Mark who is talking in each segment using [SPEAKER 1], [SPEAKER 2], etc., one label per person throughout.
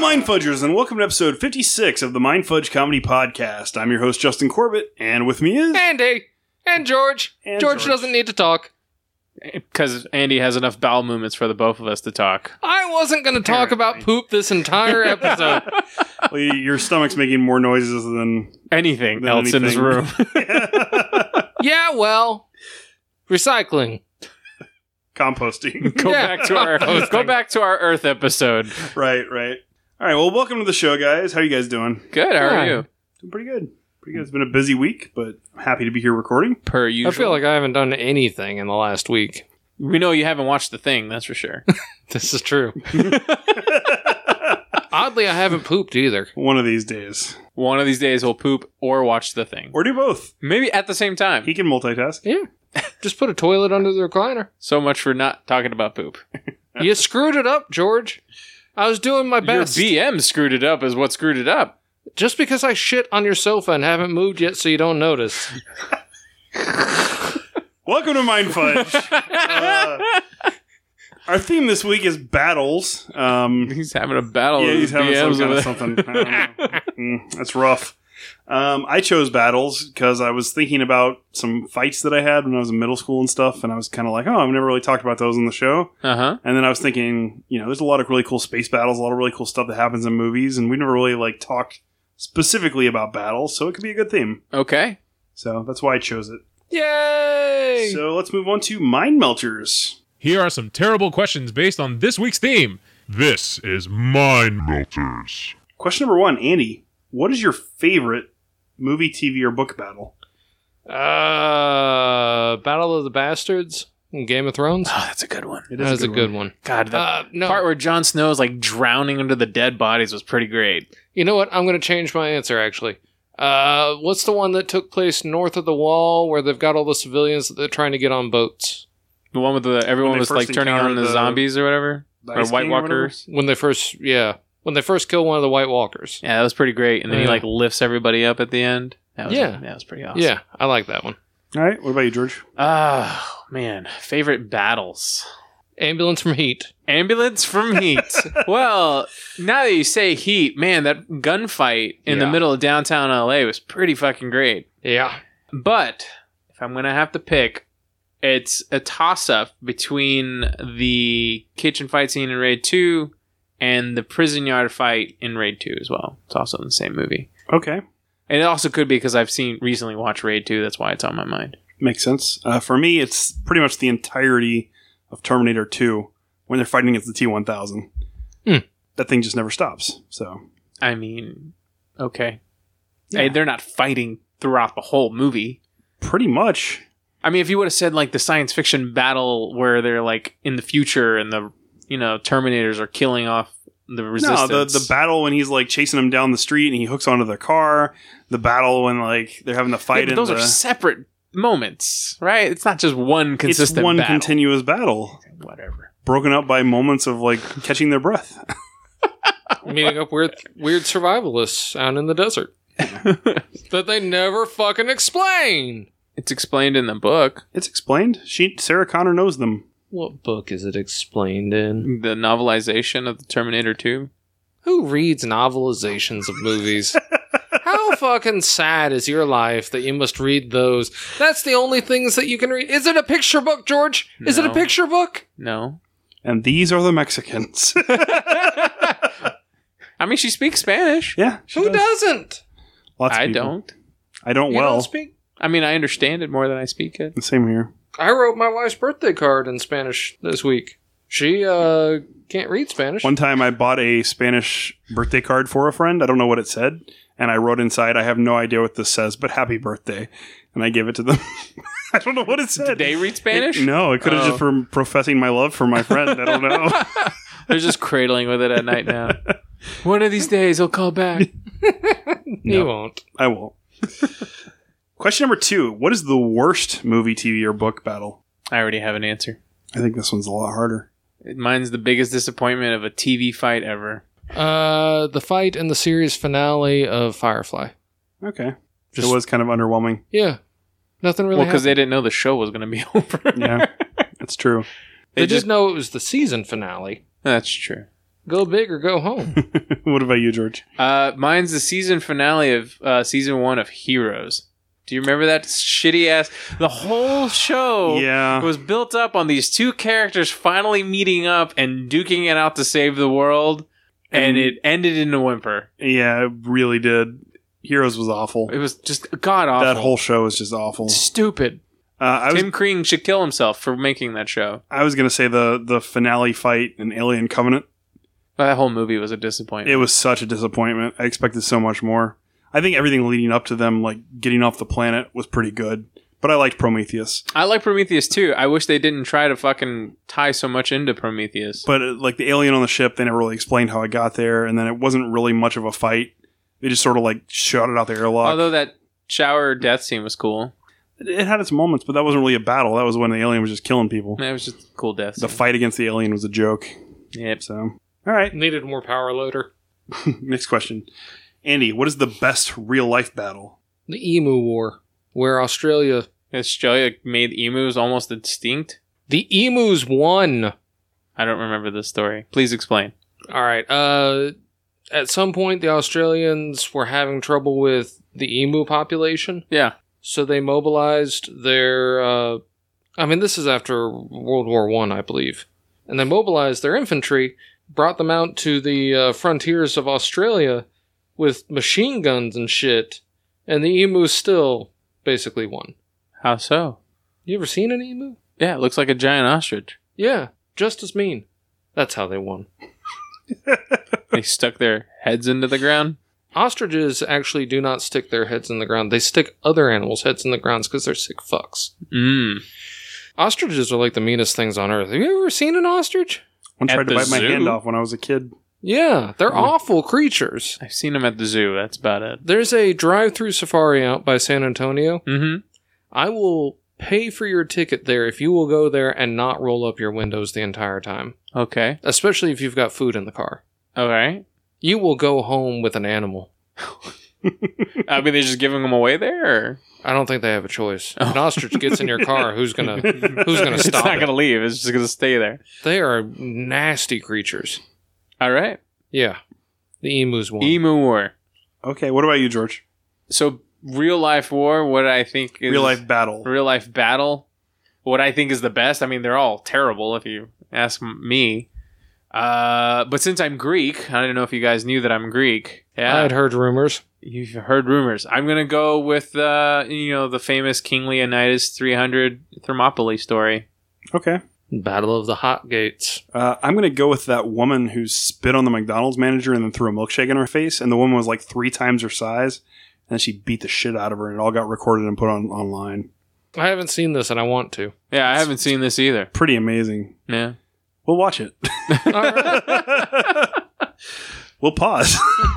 [SPEAKER 1] Mind Fudgers, and welcome to episode 56 of the Mind Fudge Comedy Podcast. I'm your host, Justin Corbett, and with me is.
[SPEAKER 2] Andy and George.
[SPEAKER 1] And
[SPEAKER 2] George,
[SPEAKER 1] George.
[SPEAKER 2] doesn't need to talk.
[SPEAKER 3] Because Andy has enough bowel movements for the both of us to talk.
[SPEAKER 2] I wasn't going to talk about poop this entire episode.
[SPEAKER 1] Well, y- your stomach's making more noises than.
[SPEAKER 3] Anything
[SPEAKER 1] Than
[SPEAKER 3] else in this
[SPEAKER 1] anything.
[SPEAKER 3] room.
[SPEAKER 2] yeah, well, recycling.
[SPEAKER 1] Composting.
[SPEAKER 3] go
[SPEAKER 2] Yeah.
[SPEAKER 3] back to our go back to our Earth episode.
[SPEAKER 1] right, right. All right, well, welcome to the show, guys. How are you guys doing?
[SPEAKER 3] Good, how
[SPEAKER 2] Yeah.
[SPEAKER 3] are you?
[SPEAKER 1] Doing pretty good. Pretty good. It's been a busy week, but I'm happy to be here recording.
[SPEAKER 3] Per
[SPEAKER 2] I
[SPEAKER 3] usual.
[SPEAKER 2] feel like I haven't done anything in the last week.
[SPEAKER 3] we know you haven't watched the thing, that's for sure.
[SPEAKER 2] This is true. Oddly, I haven't pooped either.
[SPEAKER 1] One of these days.
[SPEAKER 3] One of these days we'll poop or watch the thing.
[SPEAKER 1] Or do both.
[SPEAKER 3] Maybe at the same time.
[SPEAKER 1] He can multitask.
[SPEAKER 2] Yeah. Just put a toilet under the recliner.
[SPEAKER 3] So much for not talking about poop.
[SPEAKER 2] You screwed it up, George. I was doing my
[SPEAKER 3] Your
[SPEAKER 2] best.
[SPEAKER 3] BM screwed it up is what screwed it up.
[SPEAKER 2] Just because I shit on your sofa and haven't moved yet, so you don't notice.
[SPEAKER 1] Welcome to Mind Fudge. Uh, our theme this week is battles. Um,
[SPEAKER 3] He's having a battle
[SPEAKER 1] yeah,
[SPEAKER 3] with
[SPEAKER 1] he's
[SPEAKER 3] his
[SPEAKER 1] having
[SPEAKER 3] BMs
[SPEAKER 1] some kind
[SPEAKER 3] over
[SPEAKER 1] of
[SPEAKER 3] there.
[SPEAKER 1] something. I don't know. Mm, that's rough. Um, I chose battles because I was thinking about some fights that I had when I was in middle school and stuff, and I was kind of like, oh, I've never really talked about those on the show.
[SPEAKER 3] Uh-huh.
[SPEAKER 1] And then I was thinking, you know, there's a lot of really cool space battles, a lot of really cool stuff that happens in movies, and we never really like talked specifically about battles, so it could be a good theme.
[SPEAKER 3] Okay.
[SPEAKER 1] So that's why I chose it.
[SPEAKER 2] Yay!
[SPEAKER 1] So let's move on to mind melters.
[SPEAKER 4] Here are some terrible questions based on this week's theme. This is Mind Melters.
[SPEAKER 1] Question number one, Andy, what is your favorite movie, TV, or book battle?
[SPEAKER 2] Uh, Battle of the Bastards in Game of Thrones.
[SPEAKER 3] Oh, that's a good one.
[SPEAKER 1] It
[SPEAKER 2] That was Ah, a good one.
[SPEAKER 3] God, the
[SPEAKER 2] Uh, no,
[SPEAKER 3] part where Jon Snow's like drowning under the dead bodies was pretty great.
[SPEAKER 2] you know what? I'm going to change my answer. Actually, uh, what's the one that took place north of the Wall, where they've got all the civilians that they're trying to get on boats
[SPEAKER 3] The one with the everyone
[SPEAKER 1] they
[SPEAKER 3] was
[SPEAKER 1] first
[SPEAKER 3] like turning on
[SPEAKER 1] encountered
[SPEAKER 3] the,
[SPEAKER 1] the-
[SPEAKER 3] zombies or whatever,
[SPEAKER 1] one.
[SPEAKER 3] or White Walkers.
[SPEAKER 2] when they first? Yeah, when they first kill one of the White Walkers.
[SPEAKER 3] yeah, that was pretty great. And then he
[SPEAKER 2] Yeah.
[SPEAKER 3] like lifts everybody up at the end. That was,
[SPEAKER 2] Yeah.
[SPEAKER 3] that was pretty awesome.
[SPEAKER 2] Yeah, I like that one.
[SPEAKER 1] All right. What about you, George?
[SPEAKER 3] Oh man, favorite battles.
[SPEAKER 2] Ambulance from Heat.
[SPEAKER 3] Ambulance from Heat. well, now that you say Heat, man, that gunfight in the
[SPEAKER 2] Yeah.
[SPEAKER 3] middle of downtown LA was pretty fucking great.
[SPEAKER 2] Yeah,
[SPEAKER 3] But if I'm gonna have to pick, it's a toss-up between the kitchen fight scene in Raid Two and the prison yard fight in Raid Two as well. It's also in the same movie,
[SPEAKER 1] Okay.
[SPEAKER 3] and it also could be because I've seen recently watched Raid Two. That's why it's on my mind.
[SPEAKER 1] Makes sense. Uh, for me, it's pretty much the entirety of Terminator 2 when they're fighting against the T 1000.
[SPEAKER 2] Hmm.
[SPEAKER 1] That thing just never stops. So,
[SPEAKER 3] I mean, okay,
[SPEAKER 1] Yeah.
[SPEAKER 3] Hey, they're not fighting throughout the whole movie.
[SPEAKER 1] pretty much.
[SPEAKER 3] I mean, if you would have said like the science fiction battle where they're like in the future and the you know Terminators are killing off the resistance.
[SPEAKER 1] No, the, the battle when he's like chasing him down the street and he hooks onto the car. The battle when like they're having the
[SPEAKER 3] Yeah,
[SPEAKER 1] fight.
[SPEAKER 3] but
[SPEAKER 1] in
[SPEAKER 3] those
[SPEAKER 1] the,
[SPEAKER 3] are separate moments, right? It's not just one consistent
[SPEAKER 1] it's one
[SPEAKER 3] battle.
[SPEAKER 1] continuous battle,
[SPEAKER 3] Whatever.
[SPEAKER 1] broken up by moments of like catching their breath.
[SPEAKER 2] meeting up weird weird survivalists out in the desert that they never fucking explain.
[SPEAKER 3] It's explained in the book,
[SPEAKER 1] It's explained. She Sarah Connor knows them.
[SPEAKER 2] What book is it explained in?
[SPEAKER 3] the novelization of the Terminator 2.
[SPEAKER 2] Who reads novelizations of movies? How fucking sad is your life that you must read those? That's the only things that you can read. Is it a picture book, George? Is it a
[SPEAKER 3] No.
[SPEAKER 2] picture book?
[SPEAKER 3] No.
[SPEAKER 1] And these are the Mexicans.
[SPEAKER 3] I mean, she speaks Spanish.
[SPEAKER 1] yeah, she
[SPEAKER 2] Who does. not
[SPEAKER 1] Lots of
[SPEAKER 3] I
[SPEAKER 1] people.
[SPEAKER 3] don't.
[SPEAKER 1] I don't
[SPEAKER 2] You
[SPEAKER 1] well.
[SPEAKER 2] don't speak.
[SPEAKER 3] I mean, I understand it more than I speak it.
[SPEAKER 1] Same here.
[SPEAKER 2] I wrote my wife's birthday card in Spanish this week. She uh can't read Spanish.
[SPEAKER 1] One time I bought a Spanish birthday card for a friend. I don't know what it said. And I wrote inside, I have no idea what this says, but happy birthday. And I gave it to them. I don't know what it said.
[SPEAKER 3] Did they read Spanish?
[SPEAKER 1] no, it could have
[SPEAKER 3] Oh.
[SPEAKER 1] just from professing my love for my friend. I don't know.
[SPEAKER 3] They're just cradling with it at night now. One of these days, he'll call back.
[SPEAKER 2] You won't.
[SPEAKER 1] I won't. Question number two What is the worst movie, TV, or book battle?
[SPEAKER 3] I already have an answer.
[SPEAKER 1] I think this one's a lot harder.
[SPEAKER 3] Mine's the biggest disappointment of a TV fight ever.
[SPEAKER 2] Uh, the fight in the series finale of Firefly.
[SPEAKER 1] Okay.
[SPEAKER 2] Just-
[SPEAKER 1] it was kind of underwhelming.
[SPEAKER 2] Yeah, nothing really.
[SPEAKER 3] Well, because
[SPEAKER 2] happened.
[SPEAKER 3] they didn't know the show was going to be over.
[SPEAKER 1] Yeah, that's true.
[SPEAKER 2] they,
[SPEAKER 3] They
[SPEAKER 2] did
[SPEAKER 3] just-
[SPEAKER 2] know it was the season finale.
[SPEAKER 3] That's true.
[SPEAKER 2] Go big or go home.
[SPEAKER 1] what about you, George?
[SPEAKER 3] Uh, mine's the season finale of uh, season one of Heroes. Do you remember that shitty ass? The whole show
[SPEAKER 1] yeah.
[SPEAKER 3] was built up on these two characters finally meeting up and duking it out to save the world, and
[SPEAKER 1] And-
[SPEAKER 3] it ended in a whimper.
[SPEAKER 1] yeah, it really did. Heroes was awful.
[SPEAKER 3] It was just god awful.
[SPEAKER 1] That whole show was just awful.
[SPEAKER 3] stupid.
[SPEAKER 1] Uh, I was
[SPEAKER 3] Tim Crean should kill himself for making that show.
[SPEAKER 1] I was gonna say the the finale fight in Alien Covenant.
[SPEAKER 3] That whole movie was a disappointment.
[SPEAKER 1] It was such a disappointment. I expected so much more. I think everything leading up to them like getting off the planet was pretty good, but I liked Prometheus.
[SPEAKER 3] I like Prometheus too. I wish they didn't try to fucking tie so much into Prometheus.
[SPEAKER 1] But uh, like the alien on the ship, they never really explained how it got there, and then it wasn't really much of a fight. They just sort of like shot it out the airlock.
[SPEAKER 3] Although that shower death scene was cool.
[SPEAKER 1] it had its moments, but that wasn't really a battle. That was when the alien was just killing people.
[SPEAKER 3] That was just a cool death.
[SPEAKER 1] The
[SPEAKER 3] scene.
[SPEAKER 1] fight against the alien was a joke.
[SPEAKER 3] Yep.
[SPEAKER 1] So, all right.
[SPEAKER 2] Needed more power loader.
[SPEAKER 1] Next question, Andy. What is the best real life battle?
[SPEAKER 2] The Emu War, where Australia
[SPEAKER 3] Australia made emus almost extinct.
[SPEAKER 2] The emus won.
[SPEAKER 3] I don't remember this story. Please explain.
[SPEAKER 2] All right. Uh, at some point, the Australians were having trouble with the emu population,
[SPEAKER 3] Yeah.
[SPEAKER 2] so they mobilized their. Uh, I mean, this is after World War One, I, believe, and they mobilized their infantry, brought them out to the uh, frontiers of Australia with machine guns and shit, and the emus still basically won.
[SPEAKER 3] How so?
[SPEAKER 2] You ever seen an emu?
[SPEAKER 3] Yeah, it looks like a giant ostrich.
[SPEAKER 2] Yeah, just as mean. That's how they won.
[SPEAKER 3] they stuck their heads into the ground.
[SPEAKER 2] Ostriches actually do not stick their heads in the ground. They stick other animals' heads in the ground because they're sick fucks.
[SPEAKER 3] Mm.
[SPEAKER 2] Ostriches are like the meanest things on earth. Have you ever seen an ostrich?
[SPEAKER 1] One
[SPEAKER 3] At
[SPEAKER 1] tried to
[SPEAKER 3] the
[SPEAKER 1] bite my
[SPEAKER 3] zoo?
[SPEAKER 1] hand off when I was a kid.
[SPEAKER 2] Yeah, they're awful creatures.
[SPEAKER 3] I've seen them at the zoo. That's about it.
[SPEAKER 2] There's a drive through safari out by San Antonio.
[SPEAKER 3] Mm-hmm.
[SPEAKER 2] I will pay for your ticket there if you will go there and not roll up your windows the entire time,
[SPEAKER 3] Okay.
[SPEAKER 2] especially if you've got food in the car.
[SPEAKER 3] All right.
[SPEAKER 2] You will go home with an animal.
[SPEAKER 3] I mean, they're just giving them away there. Or?
[SPEAKER 2] I don't think they have a choice. If An ostrich gets in your car, who's gonna who's gonna
[SPEAKER 3] It's
[SPEAKER 2] stop?
[SPEAKER 3] not
[SPEAKER 2] it?
[SPEAKER 3] going to leave. It's just going to stay there.
[SPEAKER 2] They are nasty creatures.
[SPEAKER 3] All right.
[SPEAKER 2] Yeah. The emus won.
[SPEAKER 3] Emu war.
[SPEAKER 1] Okay, what about you, George?
[SPEAKER 3] So real life war. What I think is
[SPEAKER 1] real life battle.
[SPEAKER 3] real life battle. What I think is the best. I mean, they're all terrible if you ask m- me. Uh, but since I'm Greek, I don't know if you guys knew that I'm Greek.
[SPEAKER 2] I
[SPEAKER 3] Yeah,
[SPEAKER 2] had heard rumors.
[SPEAKER 3] you've heard rumors. I'm gonna go with uh, you know the famous King Leonidas 300 Thermopylae story.
[SPEAKER 1] Okay.
[SPEAKER 2] Battle of the Hot Gates.
[SPEAKER 1] Uh, I'm going to go with that woman who spit on the McDonald's manager and then threw a milkshake in her face. And the woman was like three times her size. And then she beat the shit out of her. And it all got recorded and put on online.
[SPEAKER 2] I haven't seen this and I want to.
[SPEAKER 3] Yeah, I haven't seen this either.
[SPEAKER 1] Pretty amazing.
[SPEAKER 3] Yeah,
[SPEAKER 1] We'll watch it.
[SPEAKER 2] All right.
[SPEAKER 1] we'll pause.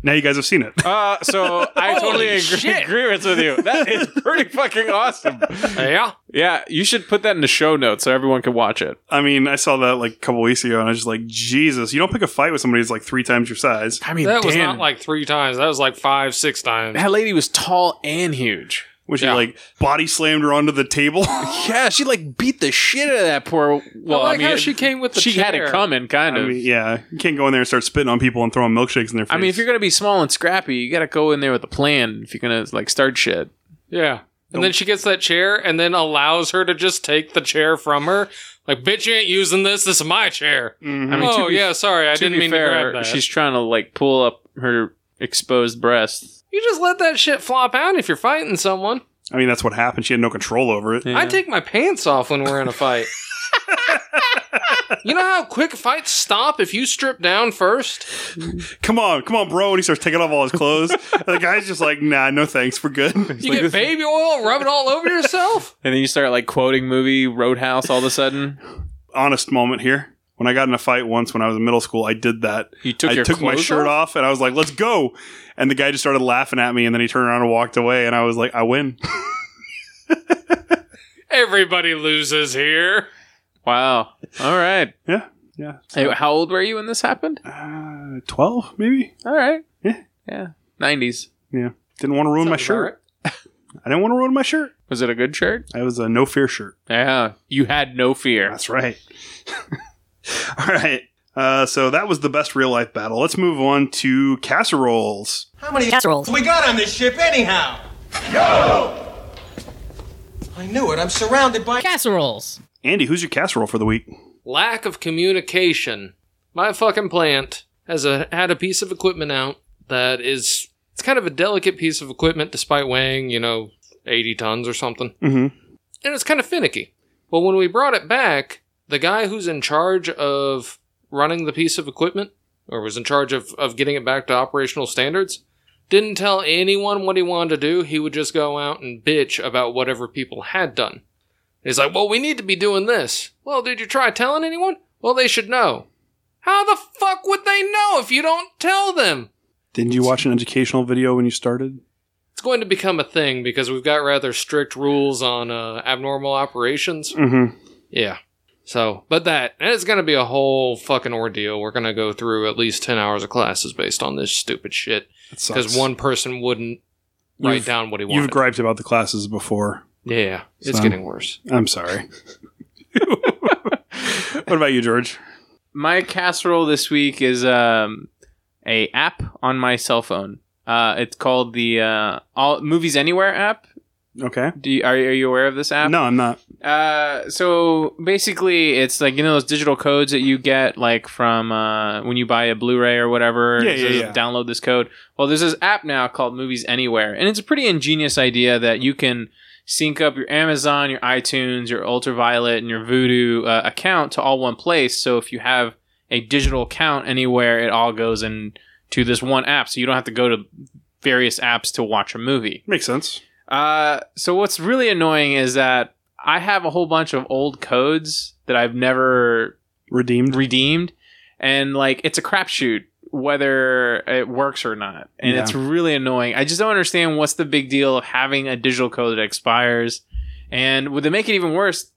[SPEAKER 1] now you guys have seen it.
[SPEAKER 3] Uh, so I totally
[SPEAKER 2] Holy
[SPEAKER 3] agree,
[SPEAKER 2] shit.
[SPEAKER 3] agree with you. That is pretty fucking awesome.
[SPEAKER 2] yeah.
[SPEAKER 3] Yeah, you should put that in the show notes so everyone can watch it.
[SPEAKER 1] I mean, I saw that like a couple weeks ago, and I was just like, Jesus, you don't pick a fight with somebody who's like three times your size.
[SPEAKER 3] I mean,
[SPEAKER 2] That was not like three times. That was like five, six times.
[SPEAKER 3] that lady was tall and huge.
[SPEAKER 1] When she
[SPEAKER 2] Yeah.
[SPEAKER 1] like body slammed her onto the table.
[SPEAKER 3] Yeah, she like beat the shit out of that poor. Well,
[SPEAKER 2] I
[SPEAKER 3] I,
[SPEAKER 2] like
[SPEAKER 3] mean,
[SPEAKER 2] how she came with the
[SPEAKER 3] she had it
[SPEAKER 2] chair.
[SPEAKER 3] coming, kind
[SPEAKER 1] I
[SPEAKER 3] of.
[SPEAKER 1] mean, yeah, you can't go in there and start spitting on people and throwing milkshakes in their face.
[SPEAKER 3] I mean, if you're gonna be small and scrappy, you gotta go in there with a plan. If you're gonna like start shit,
[SPEAKER 2] Yeah. And then she gets that chair and then allows her to just take the chair from her. Like, bitch, you ain't using this. This is my chair.
[SPEAKER 1] Mhm.
[SPEAKER 3] I mean, to
[SPEAKER 2] oh,
[SPEAKER 3] be-
[SPEAKER 2] yeah, sorry. I
[SPEAKER 3] to
[SPEAKER 2] didn't
[SPEAKER 3] be
[SPEAKER 2] mean to
[SPEAKER 3] fair,
[SPEAKER 2] grab that.
[SPEAKER 3] she's trying to like pull up her exposed breasts.
[SPEAKER 2] You just let that shit flop out if you're fighting someone.
[SPEAKER 1] I mean, that's what happened. She had no control over it.
[SPEAKER 2] I take my pants off when we're in a fight. you know how quick fights stop if you strip down first?
[SPEAKER 1] Come on, come on, bro! And he starts taking off all his clothes. And the guy's just like, Nah, no thanks, we're good.
[SPEAKER 2] You get baby oil, rub it all over yourself.
[SPEAKER 3] and then you start like quoting movie Roadhouse. All of a sudden,
[SPEAKER 1] Honest moment here. When I got in a fight once when I was in middle school, I did that.
[SPEAKER 3] you took
[SPEAKER 1] I
[SPEAKER 3] your
[SPEAKER 1] took my
[SPEAKER 3] clothes
[SPEAKER 1] shirt off and I was like, "Let's go!" And the guy just started laughing at me, and then he turned around and walked away, and I was like, "I win."
[SPEAKER 2] Everybody loses here.
[SPEAKER 3] Wow. All right.
[SPEAKER 1] yeah,
[SPEAKER 3] Hey, how old were you when this happened?
[SPEAKER 1] uh, twelve maybe.
[SPEAKER 3] All right.
[SPEAKER 1] Yeah.
[SPEAKER 3] Yeah. Nineties.
[SPEAKER 1] Didn't want to ruin my shirt. I didn't want to ruin my shirt.
[SPEAKER 3] Was it a good shirt?
[SPEAKER 1] It was a no fear shirt.
[SPEAKER 3] Yeah. You had no fear.
[SPEAKER 1] That's right. All right. Uh, so that was the best real life battle. Let's move on to casseroles.
[SPEAKER 5] How many casseroles?
[SPEAKER 6] we got on this ship anyhow? Yo! I knew it. I'm surrounded by.
[SPEAKER 5] Casseroles.
[SPEAKER 1] Andy, who's your casserole for the week?
[SPEAKER 2] Lack of communication. My fucking plant has a had a piece of equipment out that is it's kind of a delicate piece of equipment despite weighing, you know, 80 tons or something.
[SPEAKER 1] Mm-hmm.
[SPEAKER 2] and it's kind of finicky. But when we brought it back, the guy who's in charge of running the piece of equipment, or was in charge of, of getting it back to operational standards, didn't tell anyone what he wanted to do. He would just go out and bitch about whatever people had done. He's like, well, we need to be doing this. Well, did you try telling anyone? Well, they should know. How the fuck would they know if you don't tell them?
[SPEAKER 1] Didn't you watch an educational video when you started?
[SPEAKER 2] It's going to become a thing because we've got rather strict rules on uh, abnormal operations.
[SPEAKER 1] Mm-hmm.
[SPEAKER 2] Yeah. So, but that, and it's going to be a whole fucking ordeal. We're going to go through at least 10 hours of classes based on this stupid shit
[SPEAKER 1] That sucks.
[SPEAKER 2] because one person wouldn't write
[SPEAKER 1] You've-
[SPEAKER 2] down what he
[SPEAKER 1] You've
[SPEAKER 2] wanted.
[SPEAKER 1] griped about the classes before.
[SPEAKER 2] yeah, it's
[SPEAKER 1] So-
[SPEAKER 2] getting worse.
[SPEAKER 1] I'm sorry. what about you, George?
[SPEAKER 3] My casserole this week is um, a app on my cell phone. Uh, it's called the uh, All Movies Anywhere app.
[SPEAKER 1] Okay.
[SPEAKER 3] Do you, are, are you aware of this app?
[SPEAKER 1] No, I'm not.
[SPEAKER 3] Uh, so basically, it's like you know those digital codes that you get like from uh, when you buy a Blu-ray or whatever.
[SPEAKER 1] Yeah,
[SPEAKER 3] It
[SPEAKER 1] yeah,
[SPEAKER 3] says,
[SPEAKER 1] yeah.
[SPEAKER 3] Download this code. Well, there's this app now called Movies Anywhere, and it's a pretty ingenious idea that you can sync up your Amazon, your iTunes, your Ultraviolet, and your Voodoo uh, account to all one place. So if you have a digital account anywhere, it all goes in to this one app, so you don't have to go to various apps to watch a movie.
[SPEAKER 1] Makes sense.
[SPEAKER 3] Uh, so what's really annoying is that I have a whole bunch of old codes that I've never
[SPEAKER 1] Redeemed.
[SPEAKER 3] redeemed, and like it's a crapshoot whether it works or not, and
[SPEAKER 1] Yeah.
[SPEAKER 3] it's really annoying. I just don't understand what's the big deal of having a digital code that expires, and would they make it even worse?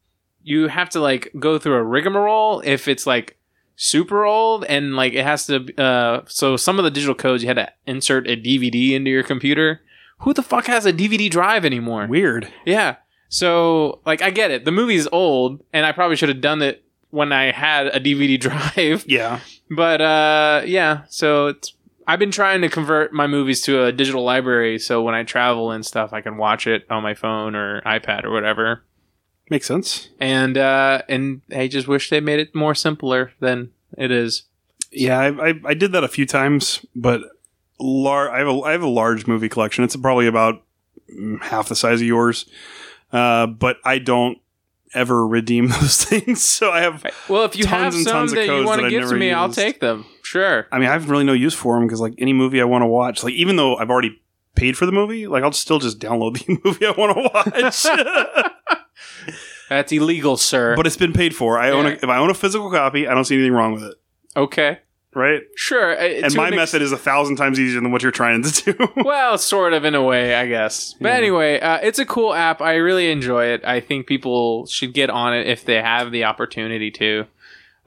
[SPEAKER 3] You have to like go through a rigmarole if it's like super old and like it has to uh so some of the digital codes you had to insert a dvd into your computer who the fuck has a dvd drive anymore
[SPEAKER 1] Weird.
[SPEAKER 3] yeah. So, like, I get it. The movie's old, and I probably should have done it when I had a DVD drive.
[SPEAKER 1] Yeah.
[SPEAKER 3] But, uh, yeah. So, it's, I've been trying to convert my movies to a digital library so when I travel and stuff, I can watch it on my phone or iPad or whatever.
[SPEAKER 1] Makes sense.
[SPEAKER 3] And, uh, and I just wish they made it more simpler than it is.
[SPEAKER 1] Yeah, I, I, I did that a few times, but lar- I, have a, I have a large movie collection. It's probably about mm, half the size of yours, uh, but I don't ever redeem those things. So I have,
[SPEAKER 3] Well, if you
[SPEAKER 1] Tons
[SPEAKER 3] have
[SPEAKER 1] and
[SPEAKER 3] some
[SPEAKER 1] tons of
[SPEAKER 3] that you
[SPEAKER 1] codes
[SPEAKER 3] want
[SPEAKER 1] that
[SPEAKER 3] to
[SPEAKER 1] I
[SPEAKER 3] give to
[SPEAKER 1] never
[SPEAKER 3] me, I'll
[SPEAKER 1] used.
[SPEAKER 3] take them. Sure.
[SPEAKER 1] I mean, I have really no use for them because like any movie I want to watch, like even though I've already paid for the movie, like I'll still just download the movie I want to watch.
[SPEAKER 3] That's illegal, sir.
[SPEAKER 1] but it's been paid for. I own a,
[SPEAKER 3] Yeah.
[SPEAKER 1] if I own a physical copy, I don't see anything wrong with it,
[SPEAKER 3] okay.
[SPEAKER 1] right?
[SPEAKER 3] Sure. uh,
[SPEAKER 1] and
[SPEAKER 3] to
[SPEAKER 1] my
[SPEAKER 3] an ex-
[SPEAKER 1] method is a thousand times easier than what you're trying to do.
[SPEAKER 3] well, sort of in a way, I guess. But
[SPEAKER 1] Yeah.
[SPEAKER 3] anyway, uh, it's a cool app. I really enjoy it. I think people should get on it if they have the opportunity to.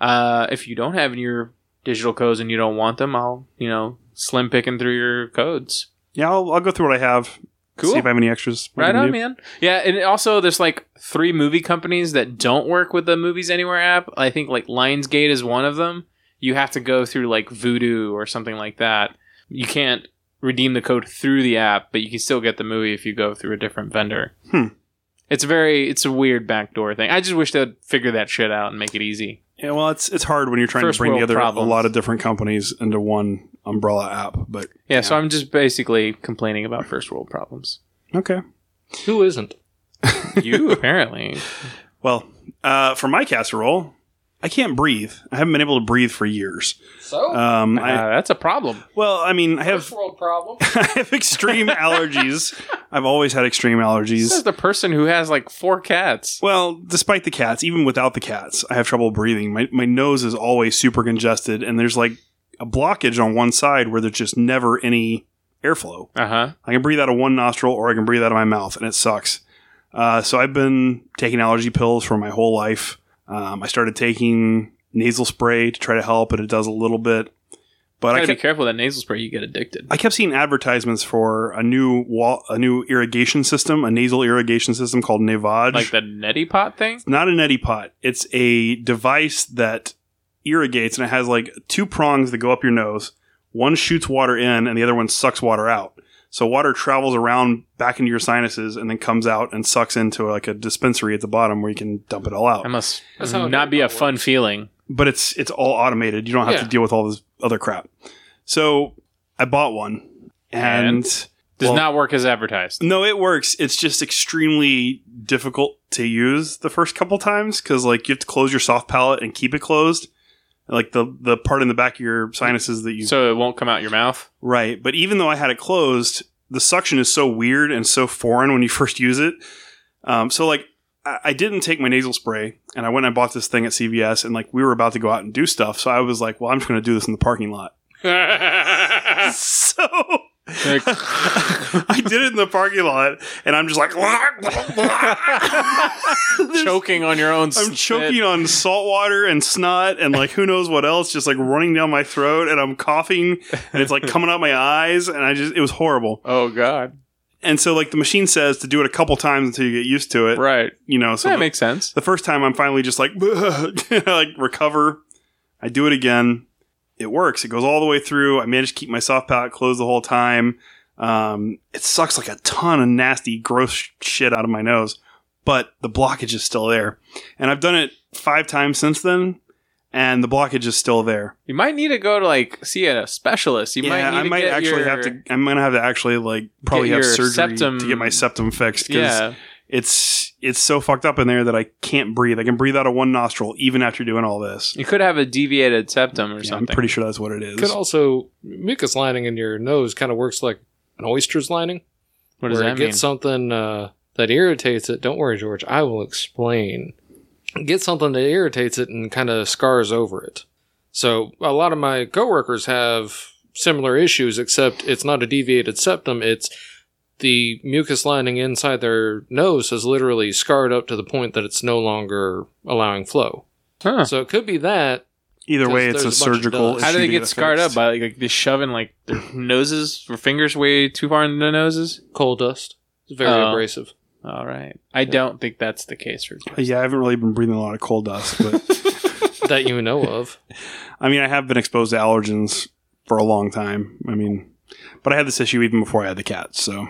[SPEAKER 3] Uh, if you don't have your digital codes and you don't want them, I'll you know slim picking through your codes.
[SPEAKER 1] yeah, I'll, I'll go through what I have.
[SPEAKER 3] Cool.
[SPEAKER 1] See if I have any extras. I
[SPEAKER 3] Right
[SPEAKER 1] can
[SPEAKER 3] on,
[SPEAKER 1] do.
[SPEAKER 3] man. Yeah, and also there's like three movie companies that don't work with the Movies Anywhere app. I think like Lionsgate is one of them. You have to go through like Voodoo or something like that. You can't redeem the code through the app, but you can still get the movie if you go through a different vendor.
[SPEAKER 1] Hmm.
[SPEAKER 3] It's very it's a weird backdoor thing. I just wish they'd figure that shit out and make it easy.
[SPEAKER 1] Yeah, well, it's it's hard when you're trying
[SPEAKER 3] First
[SPEAKER 1] to bring
[SPEAKER 3] world
[SPEAKER 1] together
[SPEAKER 3] problems.
[SPEAKER 1] a lot of different companies into one umbrella app. But
[SPEAKER 3] Yeah, so I'm just basically complaining about first world problems.
[SPEAKER 1] okay,
[SPEAKER 2] Who isn't?
[SPEAKER 3] You apparently.
[SPEAKER 1] well, uh, for my casserole, I can't breathe. I haven't been able to breathe for years.
[SPEAKER 2] So,
[SPEAKER 1] Um, I,
[SPEAKER 3] Uh, that's a problem.
[SPEAKER 1] well, I mean, I have
[SPEAKER 2] world problem.
[SPEAKER 1] I have extreme allergies. I've always had extreme
[SPEAKER 3] This is
[SPEAKER 1] allergies.
[SPEAKER 3] the person who has like four cats.
[SPEAKER 1] Well, despite the cats, even without the cats, I have trouble breathing. My my nose is always super congested, and there's like a blockage on one side where there's just never any airflow.
[SPEAKER 3] Uh huh.
[SPEAKER 1] I can breathe out of one nostril or I can breathe out of my mouth, and it sucks. Uh, so I've been taking allergy pills for my whole life. Um, I started taking nasal spray to try to help, and it does a little bit. But I
[SPEAKER 3] Gotta
[SPEAKER 1] kept,
[SPEAKER 3] be careful with that nasal spray. You get addicted.
[SPEAKER 1] I kept seeing advertisements for a new wall, a new irrigation system, a nasal irrigation system called Navage.
[SPEAKER 3] Like the neti pot thing.
[SPEAKER 1] not an neti pot. It's a device that irrigates and it has like two prongs that go up your nose. One shoots water in and the other one sucks water out. So water travels around back into your sinuses and then comes out and sucks into like a dispensary at the bottom where you can dump it all out.
[SPEAKER 3] That must
[SPEAKER 2] That's how
[SPEAKER 3] not be a
[SPEAKER 2] neti pot
[SPEAKER 3] fun feeling.
[SPEAKER 1] But it's it's all automated. You don't have
[SPEAKER 2] Yeah.
[SPEAKER 1] to deal with all this other crap. So I bought one and,
[SPEAKER 3] Does
[SPEAKER 1] Well-
[SPEAKER 3] not work as advertised.
[SPEAKER 1] No, it works. It's just extremely difficult to use the first couple times because like you have to close your soft palate and keep it closed, like the the part in the back of your sinuses that you
[SPEAKER 3] So it won't come out your mouth.
[SPEAKER 1] right. But even though I had it closed, the suction is so weird and so foreign when you first use it. Um, so like I, I didn't take my nasal spray, and I went and I bought this thing at CVS, and like we were about to go out and do stuff, so I was like, well, I'm just going to do this in the parking lot so
[SPEAKER 3] Like-
[SPEAKER 1] I did it in the parking lot, and I'm just like, There's-
[SPEAKER 3] choking on your own.
[SPEAKER 1] I'm
[SPEAKER 3] spit.
[SPEAKER 1] choking on salt water and snot and like who knows what else, just like running down my throat, and I'm coughing, and it's like coming out my eyes, and I just it was horrible.
[SPEAKER 3] Oh God!
[SPEAKER 1] And so like the machine says to do it a couple times until you get used to it,
[SPEAKER 3] Right.
[SPEAKER 1] you know. So
[SPEAKER 3] that
[SPEAKER 1] the-
[SPEAKER 3] makes sense.
[SPEAKER 1] the first time, I'm finally just like, like recover. I do it again. It works. It goes all the way through. I manage to keep my soft palate closed the whole time. Um, it sucks like a ton of nasty, gross sh- shit out of my nose, but the blockage is still there. And I've done it five times since then, and the blockage is still there.
[SPEAKER 3] You might need to go to like see a specialist. You might. Need
[SPEAKER 1] I
[SPEAKER 3] to
[SPEAKER 1] might
[SPEAKER 3] get
[SPEAKER 1] actually
[SPEAKER 3] your-
[SPEAKER 1] have to. I'm gonna have to actually like probably
[SPEAKER 3] get
[SPEAKER 1] have
[SPEAKER 3] your
[SPEAKER 1] surgery
[SPEAKER 3] septum-
[SPEAKER 1] to get my septum fixed. 'cause
[SPEAKER 3] Yeah.
[SPEAKER 1] it's it's so fucked up in there that I can't breathe. I can breathe out of one nostril even after doing all this.
[SPEAKER 3] You could have a deviated septum or
[SPEAKER 1] Yeah, I'm
[SPEAKER 3] something.
[SPEAKER 1] pretty sure that's what it is.
[SPEAKER 2] Could also mucus lining in your nose kind of works like an oyster's lining.
[SPEAKER 3] what does
[SPEAKER 2] where
[SPEAKER 3] that
[SPEAKER 2] get
[SPEAKER 3] mean?
[SPEAKER 2] something uh, that irritates it. Don't worry, George. I will explain. Get something that irritates it and kind of scars over it. So a lot of my coworkers have similar issues, except it's not a deviated septum. It's the mucus lining inside their nose has literally scarred up to the point that it's no longer allowing flow.
[SPEAKER 3] Huh.
[SPEAKER 2] So it could be that.
[SPEAKER 1] Either way,
[SPEAKER 2] There's-
[SPEAKER 1] it's a
[SPEAKER 2] there's a bunch of
[SPEAKER 1] surgical.
[SPEAKER 2] dots.
[SPEAKER 1] issue
[SPEAKER 3] How do they
[SPEAKER 1] to
[SPEAKER 3] get
[SPEAKER 1] it
[SPEAKER 3] scarred up
[SPEAKER 1] fixed.
[SPEAKER 3] by like, like they shoving like their noses or fingers way too far in their noses?
[SPEAKER 2] Coal dust. It's very
[SPEAKER 3] Oh.
[SPEAKER 2] abrasive.
[SPEAKER 3] All right, I don't think that's the case for.
[SPEAKER 1] yeah, I haven't really been breathing a lot of coal dust, but
[SPEAKER 2] that you know of.
[SPEAKER 1] I mean, I have been exposed to allergens for a long time. I mean, but I had this issue even before I had the cat, so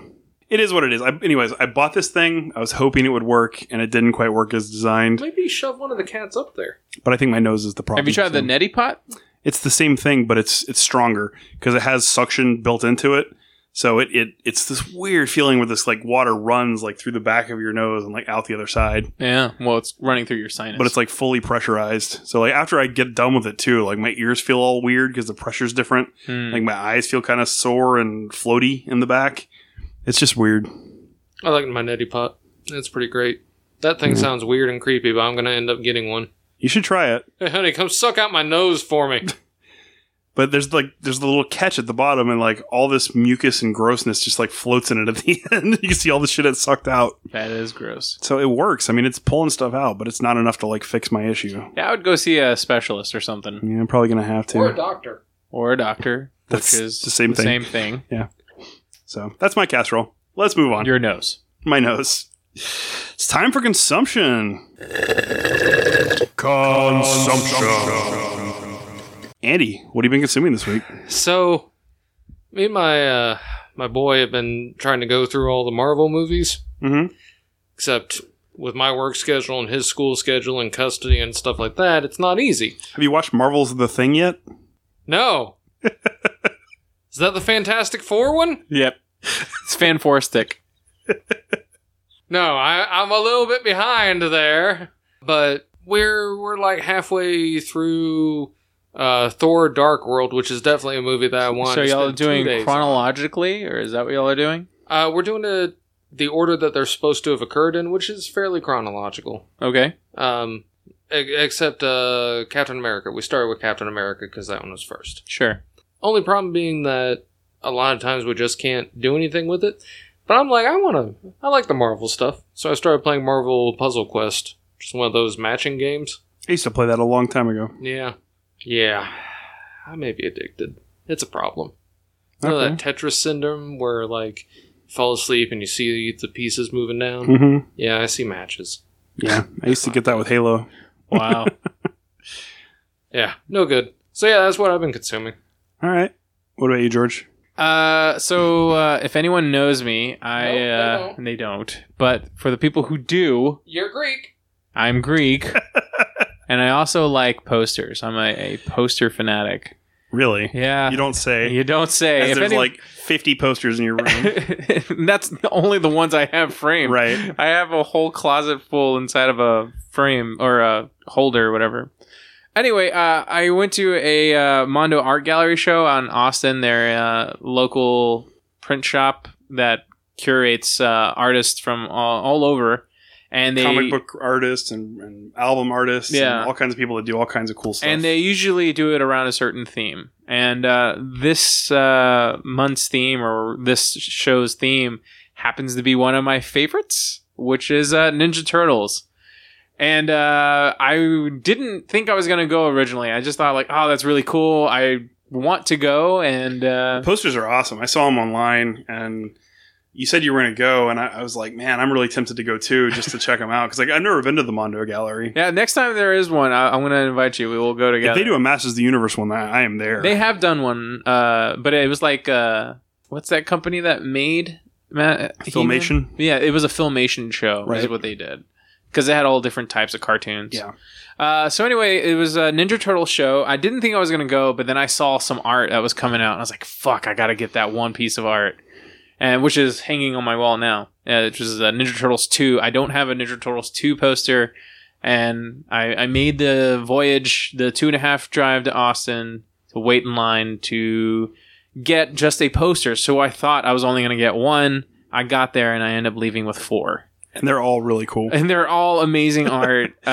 [SPEAKER 1] it is what it is. I, anyways, I bought this thing. I was hoping it would work, and it didn't quite work as designed.
[SPEAKER 2] Maybe shove one of the cats up there.
[SPEAKER 1] But I think my nose is the problem.
[SPEAKER 3] Have you tried the
[SPEAKER 1] so-
[SPEAKER 3] neti pot?
[SPEAKER 1] it's the same thing, but it's it's stronger because it has suction built into it. So it, it it's this weird feeling where this like water runs like through the back of your nose and like out the other side,
[SPEAKER 3] Yeah. Well, it's running through your sinus.
[SPEAKER 1] but it's like fully pressurized. So like after I get done with it too, like my ears feel all weird because the pressure's different.
[SPEAKER 3] Hmm.
[SPEAKER 1] Like my eyes feel kind of sore and floaty in the back. It's just weird.
[SPEAKER 2] I like my neti pot. It's pretty great. That thing sounds weird and creepy, but I'm gonna end up getting one.
[SPEAKER 1] You should try it.
[SPEAKER 2] Hey, honey, come suck out my nose for me.
[SPEAKER 1] But there's like there's the little catch at the bottom and like all this mucus and grossness just like floats in it at the end. you can see all the shit it sucked out.
[SPEAKER 3] that is gross.
[SPEAKER 1] So it works. I mean, it's pulling stuff out, but it's not enough to like fix my issue.
[SPEAKER 3] Yeah, I would go see a specialist or something
[SPEAKER 1] Yeah, I'm probably gonna have
[SPEAKER 2] Or a
[SPEAKER 1] to.
[SPEAKER 2] doctor.
[SPEAKER 3] or a doctor,
[SPEAKER 1] That's
[SPEAKER 3] which is
[SPEAKER 1] the same thing.
[SPEAKER 3] Same thing.
[SPEAKER 1] So that's my casserole. Let's move on.
[SPEAKER 3] Your nose.
[SPEAKER 1] my nose. It's time for consumption. Consumption. Andy, what have you been consuming this week?
[SPEAKER 2] So, me and my uh, my boy have been trying to go through all the Marvel movies,
[SPEAKER 1] Mm-hmm.
[SPEAKER 2] except with my work schedule and his school schedule and custody and stuff like that, it's not easy.
[SPEAKER 1] Have you watched Marvel's The Thing yet?
[SPEAKER 2] No. Is that the Fantastic Four one?
[SPEAKER 3] Yep. It's fan stick.
[SPEAKER 2] No, I, I'm a little bit behind there, but we're we're like halfway through uh, Thor: Dark World, which is definitely a movie that I want.
[SPEAKER 3] So
[SPEAKER 2] to
[SPEAKER 3] y'all are
[SPEAKER 2] spend two
[SPEAKER 3] doing
[SPEAKER 2] days on.
[SPEAKER 3] chronologically, or is that what y'all are doing?
[SPEAKER 2] Uh, we're doing it the order that they're supposed to have occurred in, which is fairly chronological.
[SPEAKER 3] Okay.
[SPEAKER 2] Um, e- except uh, Captain America. We started with Captain America because that one was first.
[SPEAKER 3] Sure.
[SPEAKER 2] Only problem being that a lot of times we just can't do anything with it. But I'm like, I want to. I like the Marvel stuff, so I started playing Marvel Puzzle Quest, just one of those matching games.
[SPEAKER 1] I used to play that a long time ago.
[SPEAKER 2] Yeah, yeah. I may be addicted. It's a problem. You know that Tetris syndrome where like fall asleep and you see the pieces moving down.
[SPEAKER 1] hmm
[SPEAKER 2] Yeah, I see matches.
[SPEAKER 1] Yeah, I used to get that with Halo.
[SPEAKER 3] Wow.
[SPEAKER 2] Yeah, no good. So yeah, that's what I've been consuming.
[SPEAKER 1] All right. What about you, George?
[SPEAKER 3] Uh, so uh, if anyone knows me, I
[SPEAKER 2] Nope, they
[SPEAKER 3] uh,
[SPEAKER 2] don't.
[SPEAKER 3] they don't. But for the people who do,
[SPEAKER 2] You're Greek.
[SPEAKER 3] I'm Greek, and I also like posters. I'm a, a poster fanatic.
[SPEAKER 1] Really?
[SPEAKER 3] Yeah,
[SPEAKER 1] You don't say.
[SPEAKER 3] you don't say.
[SPEAKER 1] as
[SPEAKER 3] If
[SPEAKER 1] there's
[SPEAKER 3] any-
[SPEAKER 1] like 50 posters in your room.
[SPEAKER 3] that's only the ones I have framed.
[SPEAKER 1] right.
[SPEAKER 3] I have a whole closet full inside of a frame or a holder or whatever. Anyway, uh, I went to a uh, Mondo Art Gallery show out in Austin, their uh, local print shop that curates uh, artists from all, all over. And they
[SPEAKER 1] Comic book artists and, and album artists. Yeah.
[SPEAKER 3] Yeah.
[SPEAKER 1] all kinds of people that do all kinds of cool stuff.
[SPEAKER 3] And they usually do it around a certain theme. And uh, this uh, month's theme or this show's theme happens to be one of my favorites, which is uh, Ninja Turtles. And uh, I didn't think I was going to go originally. I just thought, like, oh, that's really cool. I want to go. And uh,
[SPEAKER 1] posters are awesome. I saw them online and you said you were going to go. And I, I was like, man, I'm really tempted to go too just to check them out. Cause like I've never been to the Mondo Gallery.
[SPEAKER 3] yeah, next time there is one, I- I'm going to invite you. We will go together.
[SPEAKER 1] If they do a Masters of the Universe one, I, I am there.
[SPEAKER 3] They have done one, uh, but it was like, uh, what's that company that made Ma- He-Man?
[SPEAKER 1] Filmation.
[SPEAKER 3] Yeah, it was a filmation show. Is
[SPEAKER 1] Right.
[SPEAKER 3] what they did because they had all different types of cartoons.
[SPEAKER 1] Yeah.
[SPEAKER 3] Uh, so anyway, it was a Ninja Turtle show. I didn't think I was gonna go, but then I saw some art that was coming out, and I was like, "Fuck, I gotta get that one piece of art," and which is hanging on my wall now. Uh, which is uh, Ninja Turtles two. I don't have a Ninja Turtles two poster, and I, I made the voyage, the two and a half drive to Austin to wait in line to get just a poster. So I thought I was only gonna get one. I got there and I ended up leaving with four,
[SPEAKER 1] And they're all really cool.
[SPEAKER 3] and they're all amazing art. Uh,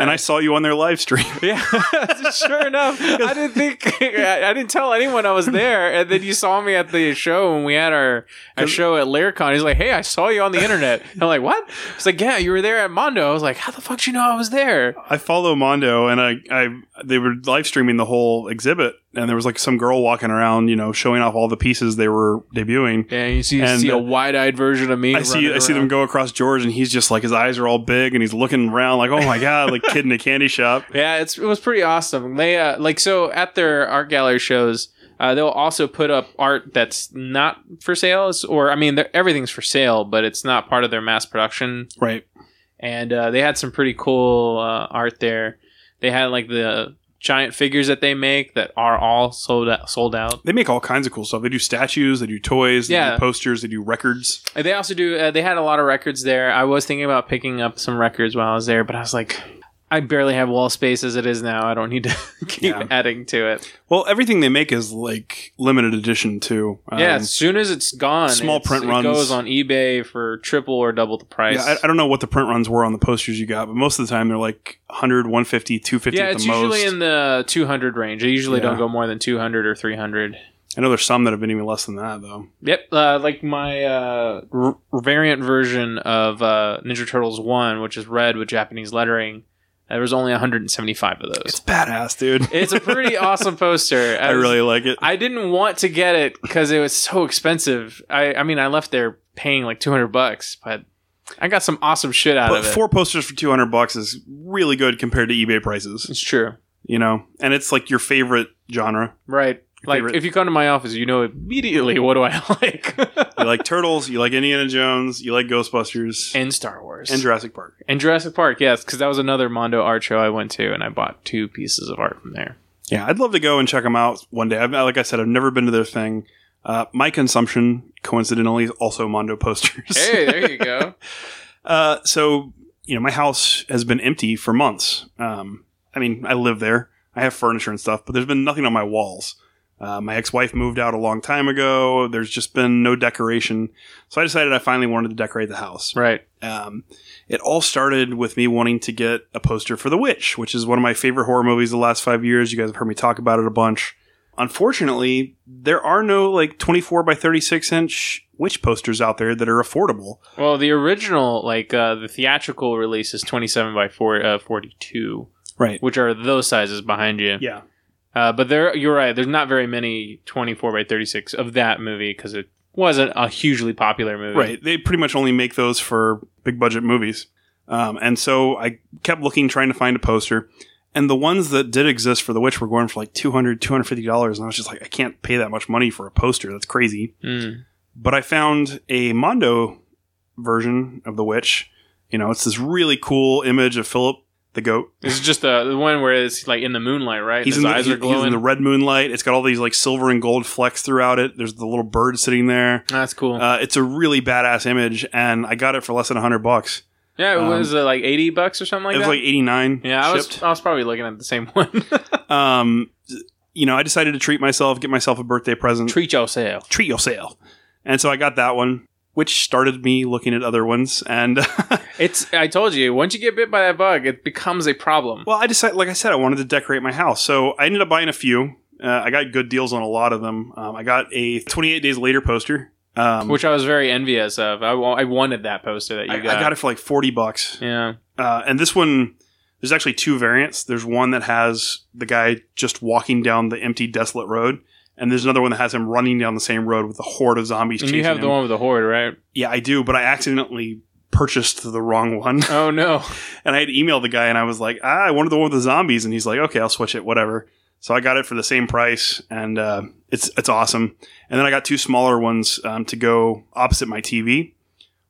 [SPEAKER 1] and I saw you on their live stream.
[SPEAKER 3] yeah, sure enough. I didn't think I, I didn't tell anyone I was there, and then you saw me at the show when we had our, our show at LairCon. He's like, "Hey, I saw you on the internet." I'm like, "What?" It's like, "Yeah, you were there at Mondo." I was like, "How the fuck did you know I was there?"
[SPEAKER 1] I follow Mondo, and I, I they were live streaming the whole exhibit, and there was like some girl walking around, you know, showing off all the pieces they were debuting.
[SPEAKER 3] Yeah, you see,
[SPEAKER 1] And,
[SPEAKER 3] see a
[SPEAKER 1] uh,
[SPEAKER 3] wide-eyed version of me.
[SPEAKER 1] I see, I see them go across George, and he's just like his eyes are all big, and he's looking around like, oh my god, like kid in a candy shop.
[SPEAKER 3] Yeah, it's, it was pretty awesome. They uh, like so at their art gallery shows, uh, they'll also put up art that's not for sales, or I mean, they're- everything's for sale, but it's not part of their mass production
[SPEAKER 1] Right.
[SPEAKER 3] and uh, they had some pretty cool uh, art there. They had like the giant figures that they make that are all sold out, sold out.
[SPEAKER 1] They make all kinds of cool stuff. They do statues, they do toys, they
[SPEAKER 3] Yeah.
[SPEAKER 1] do posters, they do records.
[SPEAKER 3] And they also do. Uh, they had a lot of records there. I was thinking about picking up some records while I was there, but I was like, I barely have wall space as it is now. I don't need to keep
[SPEAKER 1] Yeah.
[SPEAKER 3] adding to it.
[SPEAKER 1] Well, everything they make is like limited edition too. Um,
[SPEAKER 3] yeah, as soon as it's gone,
[SPEAKER 1] small
[SPEAKER 3] it's-
[SPEAKER 1] print
[SPEAKER 3] it
[SPEAKER 1] runs.
[SPEAKER 3] goes on eBay for triple or double the price.
[SPEAKER 1] Yeah, I, I don't know what the print runs were on the posters you got, but most of the time they're like 100, 150, 250
[SPEAKER 3] Yeah,
[SPEAKER 1] at the
[SPEAKER 3] it's
[SPEAKER 1] most.
[SPEAKER 3] usually in the 200 range. They usually don't
[SPEAKER 1] Yeah.
[SPEAKER 3] go more than 200 or 300.
[SPEAKER 1] I know there's some that have been even less than that though.
[SPEAKER 3] Yep, uh, like my uh, r- variant version of uh, Ninja Turtles One, which is red with Japanese lettering. There was only 175 of
[SPEAKER 1] It's
[SPEAKER 3] those.
[SPEAKER 1] badass, dude.
[SPEAKER 3] It's a pretty awesome poster.
[SPEAKER 1] I
[SPEAKER 3] was-
[SPEAKER 1] really like it.
[SPEAKER 3] I didn't want to get it because it was so expensive. I, I mean, I left there paying like 200 bucks, but I got some awesome shit out
[SPEAKER 1] but
[SPEAKER 3] of it.
[SPEAKER 1] four posters for 200 bucks is really good compared to eBay prices,
[SPEAKER 3] it's true,
[SPEAKER 1] you know? And it's like your favorite genre.
[SPEAKER 3] right? Like,
[SPEAKER 1] favorite-
[SPEAKER 3] if you come to my office, you know immediately what do I like.
[SPEAKER 1] You like Turtles, you like Indiana Jones, you like Ghostbusters, and,
[SPEAKER 3] and Star Wars
[SPEAKER 1] Jurassic Park.
[SPEAKER 3] And Jurassic Park, yes, because that was another Mondo art show I went to, and I bought two pieces of art from there.
[SPEAKER 1] Yeah, I'd love to go and check them out one day. I've, like I said, I've never been to their thing. Uh, my consumption, coincidentally, is also Mondo posters.
[SPEAKER 3] there you go.
[SPEAKER 1] Uh, so you know, my house has been empty for months. Um, I mean, I live there. I have furniture and stuff, but there's been nothing on my walls. Uh, my ex-wife moved out a long time ago. There's just been no decoration, so I decided I finally wanted to decorate the house.
[SPEAKER 3] right.
[SPEAKER 1] Um, it all started with me wanting to get a poster for The Witch, which is one of my favorite horror movies of the last five years. You guys have heard me talk about it a bunch. Unfortunately, there are no like 24 by 36 inch witch posters out there that are affordable.
[SPEAKER 3] Well, the original, like uh, the theatrical release, is twenty-seven by four, uh, forty-two,
[SPEAKER 1] Right.
[SPEAKER 3] which are those sizes behind you.
[SPEAKER 1] Yeah.
[SPEAKER 3] Uh, but there, you're right. There's not very many 24 by 36 of that movie because it wasn't a hugely popular movie.
[SPEAKER 1] Right. They pretty much only make those for big budget movies. Um, and so I kept looking, trying to find a poster. And the ones that did exist for The Witch were going for like $200, $250. And I was just like, I can't pay that much money for a poster. That's crazy.
[SPEAKER 3] Mm.
[SPEAKER 1] But I found a Mondo version of The Witch. You know, it's this really cool image of Philip the goat.
[SPEAKER 3] This is just uh, the, the one where it's like in the moonlight, right?
[SPEAKER 1] He's
[SPEAKER 3] and
[SPEAKER 1] in,
[SPEAKER 3] his
[SPEAKER 1] the,
[SPEAKER 3] eyes
[SPEAKER 1] he-
[SPEAKER 3] are
[SPEAKER 1] he's in
[SPEAKER 3] glowing.
[SPEAKER 1] the red moonlight. It's got all these like silver and gold flecks throughout it. There's the little bird sitting there.
[SPEAKER 3] That's cool.
[SPEAKER 1] Uh, it's a really badass image, and I got it for less than 100 bucks.
[SPEAKER 3] yeah, it
[SPEAKER 1] um,
[SPEAKER 3] was uh, like 80 bucks or something like
[SPEAKER 1] it was
[SPEAKER 3] that.
[SPEAKER 1] like 89
[SPEAKER 3] yeah, I was,
[SPEAKER 1] shipped.
[SPEAKER 3] I was probably looking at the same one.
[SPEAKER 1] um you know i decided to treat myself get myself a birthday present
[SPEAKER 3] Treat yourself.
[SPEAKER 1] treat yourself and so i got that one which started me looking at other ones and
[SPEAKER 3] It's. I told you, once you get bit by that bug, it becomes a problem.
[SPEAKER 1] well i decided like i said i wanted to decorate my house so i ended up buying a few uh, i got good deals on a lot of them um, i got a 28 days later poster um,
[SPEAKER 3] which I was very envious of. I, wa- I wanted that poster that you
[SPEAKER 1] I,
[SPEAKER 3] got.
[SPEAKER 1] I got it for like 40 bucks
[SPEAKER 3] Yeah.
[SPEAKER 1] Uh, and this one, there's actually two variants. There's one that has the guy just walking down the empty, desolate road, and there's another one that has him running down the same road with a horde of zombies.
[SPEAKER 3] And
[SPEAKER 1] chasing
[SPEAKER 3] you have
[SPEAKER 1] him.
[SPEAKER 3] the one with the horde, right?
[SPEAKER 1] Yeah, I do, but I accidentally purchased the wrong one,
[SPEAKER 3] Oh no.
[SPEAKER 1] and I had emailed the guy, and I was like, ah, I wanted the one with the zombies, and he's like, okay, I'll switch it, whatever. So I got it for the same price, and uh, it's it's awesome. And then I got two smaller ones um, to go opposite my TV.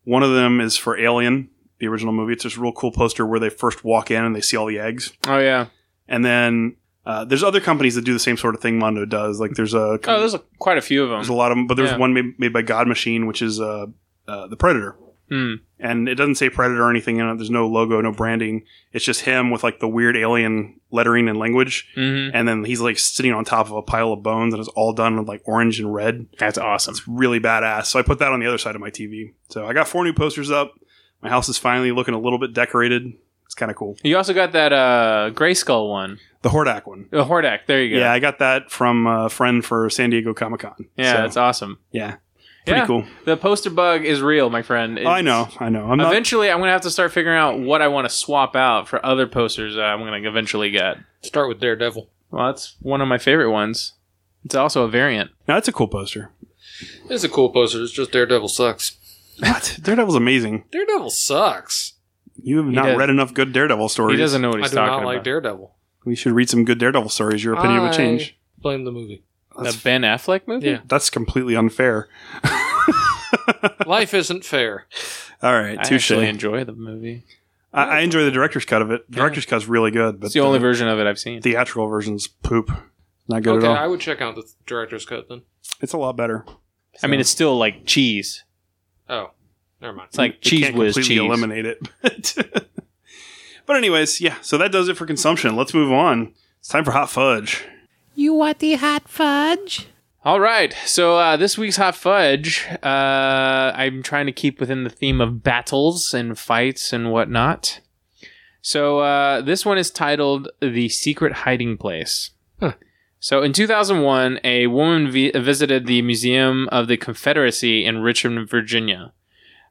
[SPEAKER 1] One of them is for Alien, the original movie. It's this real cool poster where they first walk in and they see all the eggs.
[SPEAKER 3] Oh yeah.
[SPEAKER 1] And then uh, there's other companies that do the same sort of thing Mondo does. Like there's a
[SPEAKER 3] Oh, there's a, quite a few of
[SPEAKER 1] there's
[SPEAKER 3] them.
[SPEAKER 1] a lot of them, but there's
[SPEAKER 3] yeah.
[SPEAKER 1] one made, made by God Machine, which is uh, uh, the Predator.
[SPEAKER 3] Hmm.
[SPEAKER 1] And it doesn't say Predator or anything in it. There's no logo, no branding. It's just him with like the weird alien lettering and language.
[SPEAKER 3] Mm-hmm.
[SPEAKER 1] And then he's like sitting on top of a pile of bones and it's all done with like orange and red.
[SPEAKER 3] That's awesome.
[SPEAKER 1] It's really badass. So I put that on the other side of my TV. So I got four new posters up. My house is finally looking a little bit decorated. It's kind of cool.
[SPEAKER 3] You also got that uh, gray skull one,
[SPEAKER 1] The Hordak one.
[SPEAKER 3] the Hordak. There you go.
[SPEAKER 1] Yeah, I got that from a friend for San Diego Comic Con.
[SPEAKER 3] yeah,
[SPEAKER 1] So,
[SPEAKER 3] that's awesome.
[SPEAKER 1] yeah, pretty
[SPEAKER 3] Yeah.
[SPEAKER 1] cool. Oh,
[SPEAKER 3] The poster bug is real, my friend. It's-
[SPEAKER 1] I know, I know. I'm not.
[SPEAKER 3] eventually, I'm gonna have to start figuring out what I want to swap out for other posters. That I'm gonna eventually get.
[SPEAKER 2] Start with Daredevil.
[SPEAKER 3] Well, that's one of my favorite ones. It's also a variant.
[SPEAKER 1] No, it's a cool poster.
[SPEAKER 2] It's a cool poster. It's just Daredevil sucks.
[SPEAKER 1] What? Daredevil's amazing.
[SPEAKER 2] Daredevil sucks.
[SPEAKER 1] You have not
[SPEAKER 3] does-
[SPEAKER 1] read enough good Daredevil stories.
[SPEAKER 3] He doesn't know what
[SPEAKER 2] I
[SPEAKER 3] he's
[SPEAKER 2] do
[SPEAKER 3] talking
[SPEAKER 2] not like
[SPEAKER 3] about.
[SPEAKER 2] Daredevil.
[SPEAKER 1] We should read some good Daredevil stories. Your opinion would
[SPEAKER 2] I-
[SPEAKER 1] change.
[SPEAKER 2] Blame the movie.
[SPEAKER 1] That's,
[SPEAKER 3] the Ben Affleck movie.
[SPEAKER 2] Yeah.
[SPEAKER 1] that's completely unfair.
[SPEAKER 2] Life isn't fair.
[SPEAKER 1] All right,
[SPEAKER 3] I
[SPEAKER 1] touche.
[SPEAKER 3] actually
[SPEAKER 1] I,
[SPEAKER 3] enjoy the movie.
[SPEAKER 1] I enjoy the director's cut of it. The director's cut's really good, but
[SPEAKER 3] It's the only
[SPEAKER 1] the
[SPEAKER 3] version of it I've seen.
[SPEAKER 1] theatrical version's poop. Not good
[SPEAKER 2] Okay,
[SPEAKER 1] at all.
[SPEAKER 2] I would check out the director's cut then.
[SPEAKER 1] it's a lot better.
[SPEAKER 3] I mean, it's still like cheese.
[SPEAKER 2] Oh, never mind.
[SPEAKER 3] It's like
[SPEAKER 1] We
[SPEAKER 3] cheese
[SPEAKER 1] can't
[SPEAKER 3] whiz
[SPEAKER 1] completely
[SPEAKER 3] cheese.
[SPEAKER 1] eliminate it. But, but anyways, yeah. So that does it for consumption. Let's move on. It's time for hot fudge.
[SPEAKER 5] You want the hot fudge?
[SPEAKER 3] All right, so uh, this week's hot fudge. Uh, I'm trying to keep within the theme of battles and fights and whatnot. So uh, this one is titled "The Secret Hiding Place."
[SPEAKER 2] Huh.
[SPEAKER 3] So in 2001, a woman vi- visited the Museum of the Confederacy in Richmond, Virginia.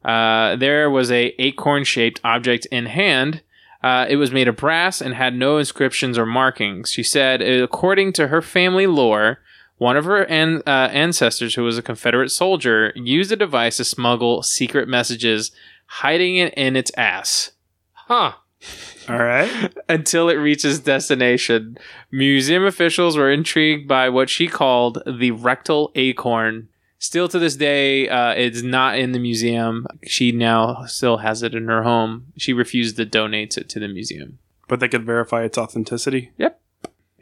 [SPEAKER 3] Uh, there was a acorn-shaped object in hand. Uh, it was made of brass and had no inscriptions or markings. She said, according to her family lore, one of her an- uh, ancestors, who was a Confederate soldier, used the device to smuggle secret messages, hiding it in its ass
[SPEAKER 2] Huh.
[SPEAKER 1] All right.
[SPEAKER 3] until it reaches destination. Museum officials were intrigued by what she called the rectal acorn. Still to this day, uh, it's not in the museum. She now still has it in her home. She refused to donate it to the museum.
[SPEAKER 1] But they could verify its authenticity.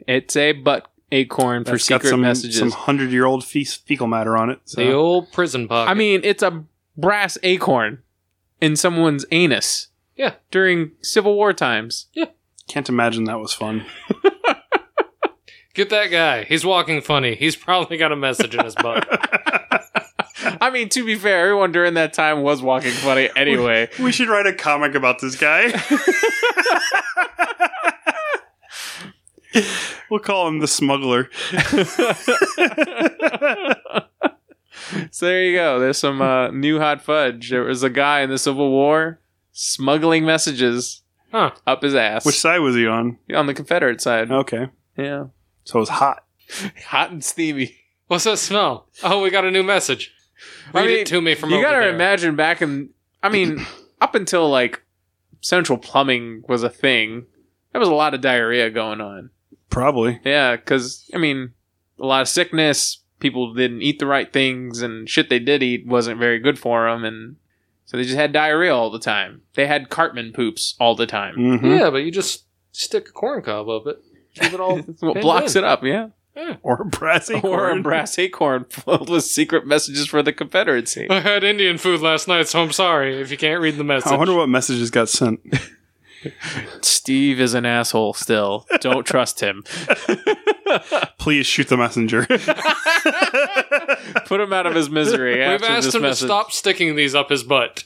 [SPEAKER 3] It's a butt acorn for
[SPEAKER 1] That's
[SPEAKER 3] secret
[SPEAKER 1] some,
[SPEAKER 3] messages.
[SPEAKER 1] Some hundred year old fe- fecal matter on it. So.
[SPEAKER 2] The old prison pocket.
[SPEAKER 3] I mean, it's a brass acorn in someone's anus.
[SPEAKER 2] Yeah.
[SPEAKER 3] During Civil War times.
[SPEAKER 1] Can't imagine that was fun.
[SPEAKER 2] get that guy. He's walking funny. He's probably got a message in his butt.
[SPEAKER 3] I mean, to be fair, everyone during that time was walking funny anyway.
[SPEAKER 1] we should write a comic about this guy. we'll call him the smuggler.
[SPEAKER 3] so there you go. There's some uh, new hot fudge. There was a guy in the Civil War smuggling messages
[SPEAKER 2] Huh.
[SPEAKER 3] up his ass
[SPEAKER 1] Which side was he on?
[SPEAKER 3] on the Confederate side.
[SPEAKER 1] Okay.
[SPEAKER 3] Yeah.
[SPEAKER 1] so it was hot.
[SPEAKER 3] Hot and steamy.
[SPEAKER 2] What's that smell? Oh, we got a new message. Read
[SPEAKER 3] I mean,
[SPEAKER 2] it to me from
[SPEAKER 3] you
[SPEAKER 2] over
[SPEAKER 3] gotta
[SPEAKER 2] there.
[SPEAKER 3] imagine back in i mean up until like central plumbing was a thing there was a lot of diarrhea going on
[SPEAKER 1] Probably.
[SPEAKER 3] yeah because i mean a lot of sickness people didn't eat the right things and shit they did eat wasn't very good for them and so they just had diarrhea all the time they had cartman poops all the
[SPEAKER 2] Mm.
[SPEAKER 3] time
[SPEAKER 1] hmm
[SPEAKER 2] Yeah, but you just stick a corn cob up it. Keep it all.
[SPEAKER 3] That's what blocks it up yeah
[SPEAKER 1] Or a brass
[SPEAKER 3] or a
[SPEAKER 1] acorn.
[SPEAKER 3] brass acorn filled with secret messages for the confederacy
[SPEAKER 2] I had Indian food last night, so I'm sorry if you can't read the message.
[SPEAKER 1] I wonder what messages got sent.
[SPEAKER 3] steve is an asshole still don't trust him
[SPEAKER 1] Please shoot the messenger.
[SPEAKER 3] Put him out of his misery.
[SPEAKER 2] We've
[SPEAKER 3] after
[SPEAKER 2] asked
[SPEAKER 3] this
[SPEAKER 2] him to
[SPEAKER 3] message.
[SPEAKER 2] stop sticking these up his butt.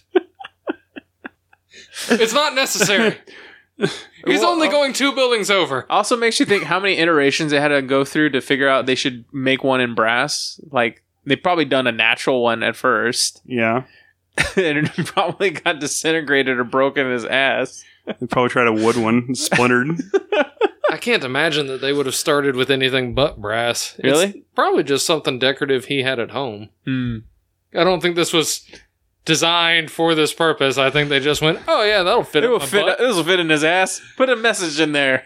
[SPEAKER 2] it's not necessary. He's
[SPEAKER 3] Well,
[SPEAKER 2] only
[SPEAKER 3] uh,
[SPEAKER 2] going two buildings over.
[SPEAKER 3] Also makes you think how many iterations they had to go through to figure out they should make one in brass. Like they probably done a natural one at first,
[SPEAKER 1] yeah.
[SPEAKER 3] and it probably got disintegrated or broken in his ass.
[SPEAKER 1] They probably tried a wood one, splintered.
[SPEAKER 2] I can't imagine that they would have started with anything but brass. It's
[SPEAKER 3] Really?
[SPEAKER 2] probably just something decorative he had at home.
[SPEAKER 3] Hmm.
[SPEAKER 2] I don't think this was designed for this purpose. I think they just went, "Oh yeah, that'll fit."
[SPEAKER 3] It
[SPEAKER 2] up
[SPEAKER 3] will
[SPEAKER 2] my
[SPEAKER 3] fit.
[SPEAKER 2] butt."
[SPEAKER 3] This will fit in his ass. Put a message in there.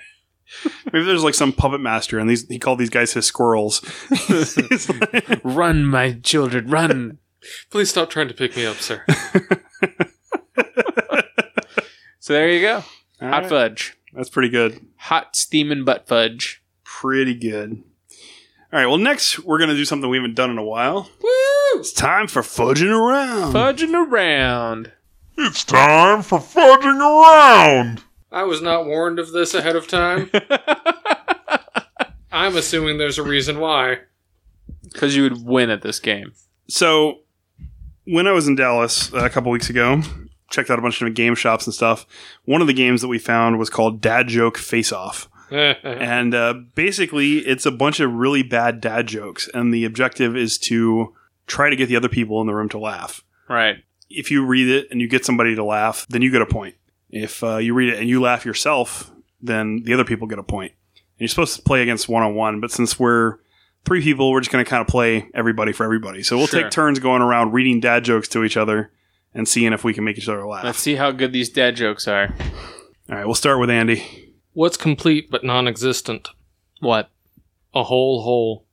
[SPEAKER 1] Maybe there's like some puppet master, and these he called these guys his squirrels. He's like-
[SPEAKER 3] Run, my children, run.
[SPEAKER 2] Please stop trying to pick me up, sir.
[SPEAKER 3] so there you go.
[SPEAKER 1] All
[SPEAKER 3] Hot
[SPEAKER 1] right.
[SPEAKER 3] fudge.
[SPEAKER 1] That's pretty good.
[SPEAKER 3] Hot steaming butt fudge.
[SPEAKER 1] Pretty good. All right. Well, next we're gonna do something we haven't done in a while.
[SPEAKER 3] Woo!
[SPEAKER 1] It's time for fudging around.
[SPEAKER 3] Fudging around.
[SPEAKER 4] It's time for fudging around.
[SPEAKER 2] I was not warned of this ahead of time. I'm assuming there's a reason why.
[SPEAKER 3] Because you would win at this game.
[SPEAKER 1] so when I was in Dallas uh, a couple weeks ago, checked out a bunch of different game shops and stuff. One of the games that we found was called Dad Joke Face Off. and uh, basically it's a bunch of really bad dad jokes and the objective is to try to get the other people in the room to laugh
[SPEAKER 3] Right.
[SPEAKER 1] if you read it and you get somebody to laugh then you get a point if uh, you read it and you laugh yourself then the other people get a point and you're supposed to play against one-on-one but since we're three people we're just going to kind of play everybody for everybody so we'll
[SPEAKER 3] Sure.
[SPEAKER 1] take turns going around reading dad jokes to each other and seeing if we can make each other laugh
[SPEAKER 3] Let's see how good these dad jokes are.
[SPEAKER 1] all right we'll start with andy
[SPEAKER 2] What's complete but non existent?
[SPEAKER 3] What?
[SPEAKER 2] A whole hole.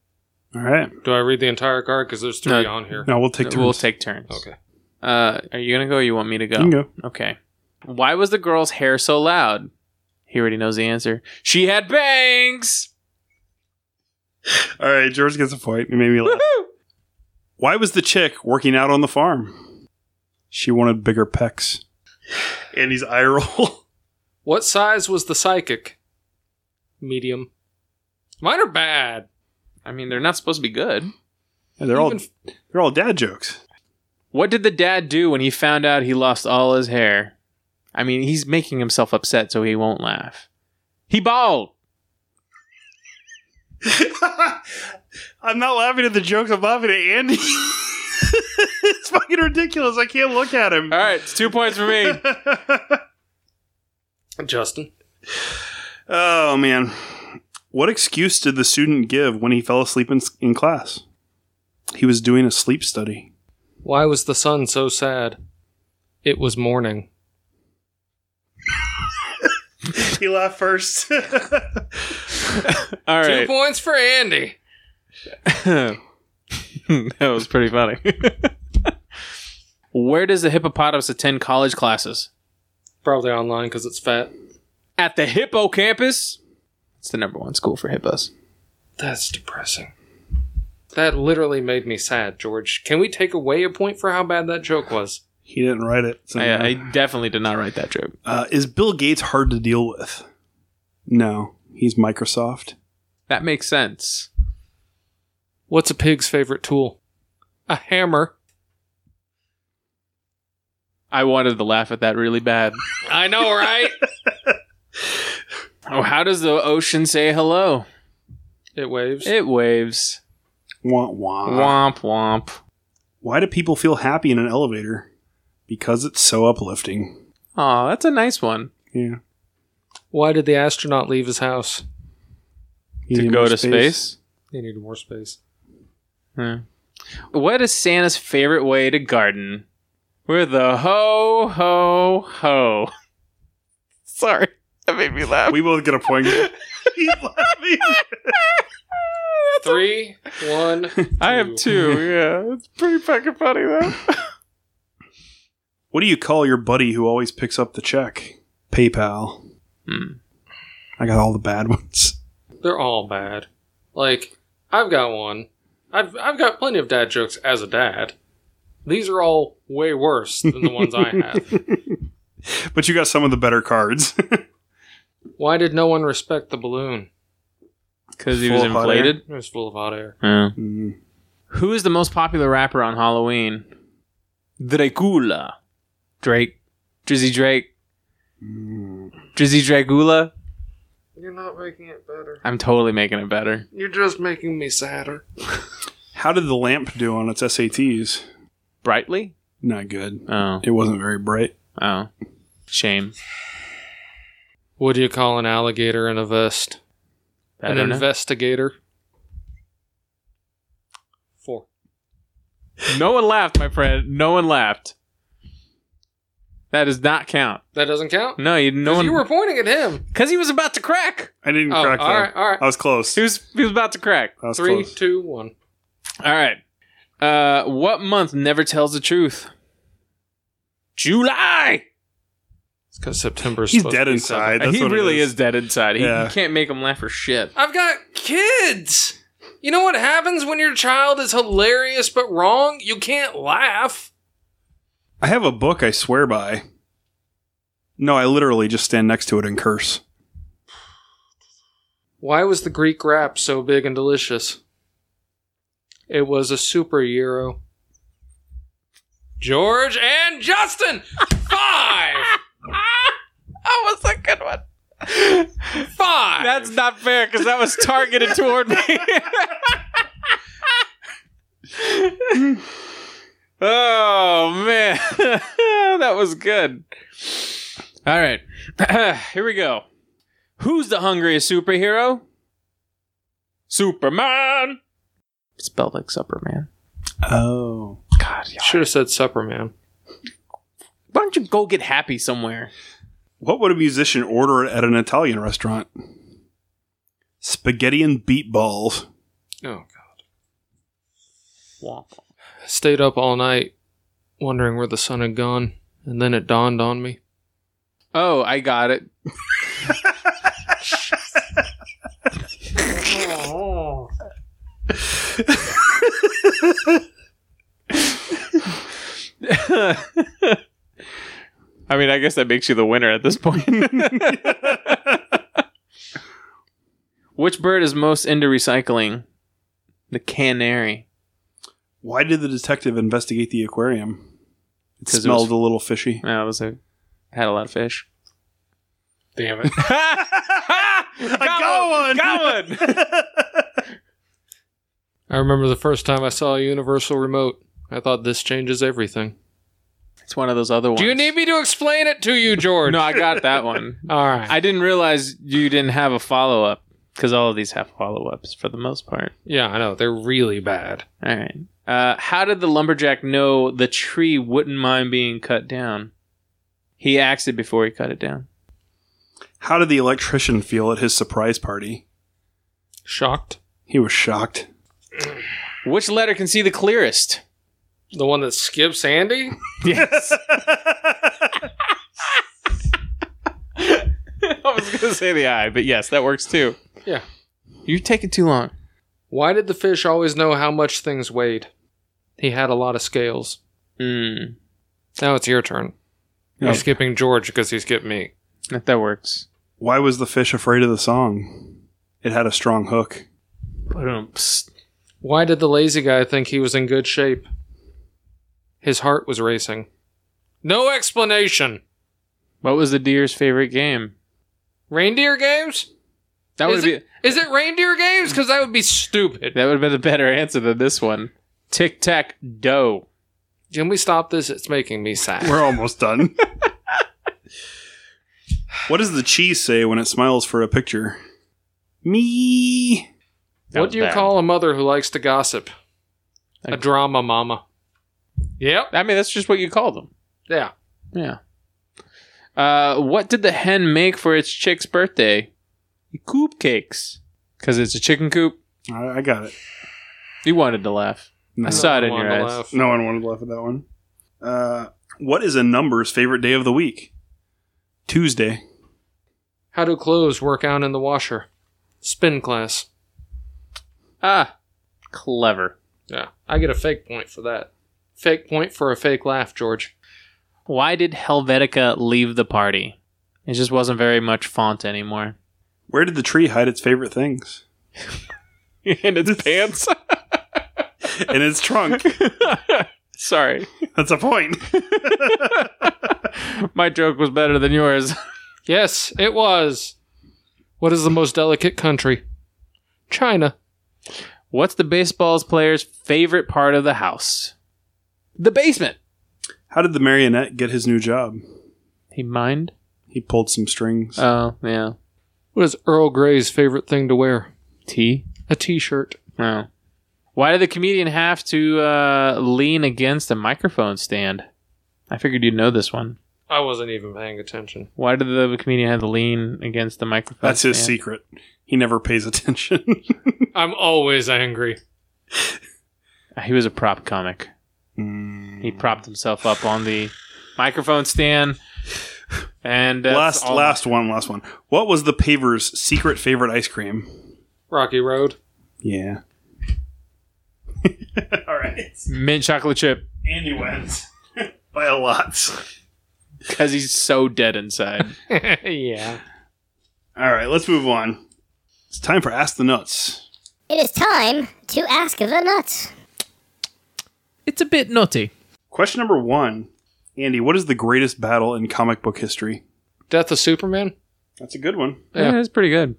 [SPEAKER 1] all right
[SPEAKER 2] Do I read the entire card? Because there's three
[SPEAKER 3] No.
[SPEAKER 2] on here.
[SPEAKER 1] now we'll take turns
[SPEAKER 3] We'll take turns.
[SPEAKER 2] Okay.
[SPEAKER 3] Uh, are you gonna go? or You want me to go?
[SPEAKER 1] you can go
[SPEAKER 3] Okay. Why was the girl's hair so loud? He already knows the answer. She had bangs.
[SPEAKER 1] All right, George gets a point. It made me laugh. Why was the chick working out on the farm? She wanted bigger pecs. Andy's eye roll.
[SPEAKER 2] What size was the psychic? Medium. Mine are bad.
[SPEAKER 3] I mean, they're not supposed to be good.
[SPEAKER 1] Yeah, they're all
[SPEAKER 2] Even
[SPEAKER 1] they're all dad jokes.
[SPEAKER 3] What did the dad do when he found out he lost all his hair? I mean, he's making himself upset so he won't laugh. He bawled.
[SPEAKER 1] I'm not laughing at the jokes. I'm laughing at Andy. it's fucking ridiculous. I can't look at him.
[SPEAKER 3] All right, it's two points for me.
[SPEAKER 2] Justin.
[SPEAKER 1] oh man, what excuse did the student give when he fell asleep in, in class? He was doing a sleep study.
[SPEAKER 2] Why was the sun so sad? It was morning.
[SPEAKER 1] he laughed first.
[SPEAKER 3] All
[SPEAKER 2] Two
[SPEAKER 3] right.
[SPEAKER 2] points for Andy.
[SPEAKER 3] that was pretty funny. Where does the hippopotamus attend college classes?
[SPEAKER 2] Probably online because it's fat.
[SPEAKER 3] At the Hippo campus. It's the number one school for hippos.
[SPEAKER 2] That's depressing. That literally made me sad, George. Can we take away a point for how bad that joke was?
[SPEAKER 1] he didn't write it. so-
[SPEAKER 3] I, I definitely did not write that joke.
[SPEAKER 1] uh, is Bill Gates hard to deal with? No, he's Microsoft.
[SPEAKER 3] That makes sense.
[SPEAKER 2] What's a pig's favorite tool? A hammer.
[SPEAKER 3] I wanted to laugh at that really bad.
[SPEAKER 2] I know, right?
[SPEAKER 3] Oh, how does the ocean say hello?
[SPEAKER 2] it waves.
[SPEAKER 3] It waves.
[SPEAKER 1] Wah, wah.
[SPEAKER 3] Womp womp.
[SPEAKER 1] Why do people feel happy in an elevator? Because it's so uplifting.
[SPEAKER 3] Oh, that's a nice one.
[SPEAKER 1] Yeah,
[SPEAKER 2] Why did the astronaut leave his house?
[SPEAKER 1] he You
[SPEAKER 3] to
[SPEAKER 1] need
[SPEAKER 3] go
[SPEAKER 1] more
[SPEAKER 3] to space.
[SPEAKER 2] They needed more space.
[SPEAKER 3] Yeah. What is Santa's favorite way to garden? With a ho ho ho. Sorry, that made me laugh.
[SPEAKER 1] We both get a point. He's laughing.
[SPEAKER 2] Three, one.
[SPEAKER 3] I have two. Yeah, it's pretty fucking funny though.
[SPEAKER 1] What do you call your buddy who always picks up the check? PayPal.
[SPEAKER 3] Hmm.
[SPEAKER 1] I got all the bad ones.
[SPEAKER 2] They're all bad. Like I've got one. I've I've got plenty of dad jokes as a dad. These are all way worse than the ones I have.
[SPEAKER 1] But you got some of the better cards.
[SPEAKER 2] Why did no one respect the balloon?
[SPEAKER 3] Because he was
[SPEAKER 1] Full of hot air.
[SPEAKER 3] inflated.
[SPEAKER 2] It was full of hot air.
[SPEAKER 3] Yeah.
[SPEAKER 1] Mm.
[SPEAKER 3] Who is the most popular rapper on Halloween? Dracula. Drake. Drizzy Drake. Drizzy Dracula.
[SPEAKER 2] You're not making it better.
[SPEAKER 3] I'm totally making it better.
[SPEAKER 2] You're just making me sadder.
[SPEAKER 1] How did the lamp do on its SATs?
[SPEAKER 3] Brightly?
[SPEAKER 1] Not good.
[SPEAKER 3] Oh.
[SPEAKER 1] It wasn't very bright.
[SPEAKER 3] Oh. Shame.
[SPEAKER 2] What do you call an alligator in a vest?
[SPEAKER 3] I
[SPEAKER 2] an
[SPEAKER 3] don't know.
[SPEAKER 2] investigator. Four.
[SPEAKER 3] No one laughed, my friend. No one laughed. That does not count.
[SPEAKER 2] That doesn't count.
[SPEAKER 3] No, you no
[SPEAKER 2] 'Cause
[SPEAKER 3] one
[SPEAKER 2] you were pointing at him.
[SPEAKER 3] because he was about to crack.
[SPEAKER 1] I didn't
[SPEAKER 2] Oh,
[SPEAKER 1] crack
[SPEAKER 2] all
[SPEAKER 1] that.
[SPEAKER 2] right, all right.
[SPEAKER 1] I was close.
[SPEAKER 3] He was he was about to crack.
[SPEAKER 1] I was
[SPEAKER 2] Three,
[SPEAKER 1] close.
[SPEAKER 2] two, one.
[SPEAKER 3] All right. Uh, what month never tells the truth? July.
[SPEAKER 2] It's because September's.
[SPEAKER 1] He's
[SPEAKER 2] supposed
[SPEAKER 1] dead
[SPEAKER 2] to be seven.
[SPEAKER 1] inside. That's
[SPEAKER 3] he
[SPEAKER 1] what it
[SPEAKER 3] really
[SPEAKER 1] is.
[SPEAKER 3] is. dead inside. He,
[SPEAKER 1] Yeah.
[SPEAKER 3] you can't make him laugh for shit.
[SPEAKER 2] I've got kids. You know what happens when your child is hilarious but wrong? You can't laugh.
[SPEAKER 1] I have a book I swear by. No, I literally just stand next to it and curse.
[SPEAKER 2] Why was the Greek rap so big and delicious? It was a superhero. George and Justin! Five!
[SPEAKER 3] That was a good one.
[SPEAKER 2] Five!
[SPEAKER 3] That's not fair because that was targeted toward me. oh man, that was good. All right, here we go. Who's the hungriest superhero? Superman. Spelled like Superman.
[SPEAKER 1] Oh.
[SPEAKER 3] God, y'all.
[SPEAKER 2] Should have said supper, man.
[SPEAKER 3] why don't you go get happy somewhere?
[SPEAKER 1] What would a musician order at an Italian restaurant? Spaghetti and beet balls.
[SPEAKER 2] Oh, God.
[SPEAKER 3] Womp.
[SPEAKER 2] Stayed up all night wondering where the sun had gone, and then it dawned on me.
[SPEAKER 3] Oh, I got it. I mean, I guess that makes you the winner at this point. Which bird is most into recycling? The canary.
[SPEAKER 1] Why did the detective investigate the aquarium? It
[SPEAKER 3] 'Cause it
[SPEAKER 1] smelled
[SPEAKER 3] was-
[SPEAKER 1] a little fishy.
[SPEAKER 3] No, it was a had a lot of fish.
[SPEAKER 2] Damn it.
[SPEAKER 1] I
[SPEAKER 3] Got one.
[SPEAKER 2] I remember the first time I saw a universal remote. I thought this changes everything.
[SPEAKER 3] It's one of those other ones.
[SPEAKER 2] Do you need me to explain it to you, George?
[SPEAKER 3] No, I got that one.
[SPEAKER 2] All right.
[SPEAKER 3] I didn't realize you didn't have a follow up because all of these have follow ups for the most part.
[SPEAKER 2] yeah, I know. They're really bad.
[SPEAKER 3] All right. Uh, how did the lumberjack know the tree wouldn't mind being cut down? He axed it before he cut it down.
[SPEAKER 1] How did the electrician feel at his surprise party?
[SPEAKER 2] Shocked?
[SPEAKER 1] He was shocked.
[SPEAKER 3] Which letter can see the clearest?
[SPEAKER 2] The one that skips Andy?
[SPEAKER 3] Yes. I was going to say the eye, but yes, that works too.
[SPEAKER 2] Yeah.
[SPEAKER 3] You're taking too long.
[SPEAKER 2] Why did the fish always know how much things weighed? He had a lot of scales.
[SPEAKER 3] Mm,
[SPEAKER 2] Now it's your turn. You're
[SPEAKER 1] Okay.
[SPEAKER 2] skipping George because he skipped me.
[SPEAKER 3] if that works.
[SPEAKER 1] Why was the fish afraid of the song? It had a strong hook.
[SPEAKER 3] Psst.
[SPEAKER 2] Why did the lazy guy think he was in good shape? His heart was racing. No explanation.
[SPEAKER 3] What was the deer's favorite game?
[SPEAKER 2] Reindeer games?
[SPEAKER 3] That would
[SPEAKER 2] Is
[SPEAKER 3] be
[SPEAKER 2] it- Is it reindeer games? Because that would be stupid.
[SPEAKER 3] that would have been a better answer than this one. Tic tac doe.
[SPEAKER 2] Can we stop this? It's making me sad.
[SPEAKER 1] We're almost done. what does the cheese say when it smiles for a picture? Me.
[SPEAKER 7] That
[SPEAKER 2] what
[SPEAKER 7] was
[SPEAKER 2] do you
[SPEAKER 7] bad.
[SPEAKER 2] call a mother who likes to gossip? A drama mama. Yep.
[SPEAKER 3] I mean, that's just what you call them.
[SPEAKER 2] Yeah.
[SPEAKER 3] Yeah. Uh, what did the hen make for its chick's birthday? Coop cakes. Because it's a chicken coop.
[SPEAKER 1] I, I got it.
[SPEAKER 3] You wanted to laugh. I saw it in your
[SPEAKER 2] Wanted to
[SPEAKER 3] eyes.
[SPEAKER 2] laugh.
[SPEAKER 1] No one wanted to laugh at that one. Uh, what is a number's favorite day of the week? Tuesday.
[SPEAKER 2] How do clothes work out in the washer? Spin class.
[SPEAKER 3] Ah, clever.
[SPEAKER 2] Yeah. I get a fake point for that. Fake point for a fake laugh, George.
[SPEAKER 3] Why did Helvetica leave the party? It just wasn't very much font anymore.
[SPEAKER 1] Where did the tree hide its favorite things?
[SPEAKER 3] In its pants?
[SPEAKER 1] In its trunk.
[SPEAKER 3] Sorry.
[SPEAKER 1] That's a point.
[SPEAKER 3] My joke was better than yours.
[SPEAKER 2] Yes, it was. What is the most delicate country? China.
[SPEAKER 3] What's the baseball's player's favorite part of the house? The basement.
[SPEAKER 1] How did the marionette get his new job?
[SPEAKER 3] He mined?
[SPEAKER 1] He pulled some strings.
[SPEAKER 3] Oh, yeah.
[SPEAKER 2] What is Earl Grey's favorite thing to wear?
[SPEAKER 3] Tea?
[SPEAKER 2] A t shirt.
[SPEAKER 3] Oh. Why did the comedian have to uh, lean against a microphone stand? I figured you'd know this one.
[SPEAKER 2] I wasn't even paying attention.
[SPEAKER 3] Why did the comedian have to lean against the microphone
[SPEAKER 1] That's his
[SPEAKER 3] stand?
[SPEAKER 1] secret. He never pays attention.
[SPEAKER 2] I'm always angry.
[SPEAKER 3] He was a prop comic.
[SPEAKER 1] Mm.
[SPEAKER 3] He propped himself up on the microphone stand. And that's
[SPEAKER 1] last
[SPEAKER 3] all-
[SPEAKER 1] last one, last one. What was the paver's secret favorite ice cream?
[SPEAKER 2] Rocky Road.
[SPEAKER 1] Yeah. All right.
[SPEAKER 3] mint chocolate chip
[SPEAKER 1] Andy wins by a lot.
[SPEAKER 3] because he's so dead inside.
[SPEAKER 2] yeah.
[SPEAKER 1] All right, let's move on. It's time for Ask the Nuts.
[SPEAKER 8] It is time to ask the nuts.
[SPEAKER 7] It's a bit nutty.
[SPEAKER 1] Question number one Andy, what is the greatest battle in comic book history?
[SPEAKER 2] Death of Superman?
[SPEAKER 1] That's a good one.
[SPEAKER 2] Yeah.
[SPEAKER 3] yeah, it's pretty good.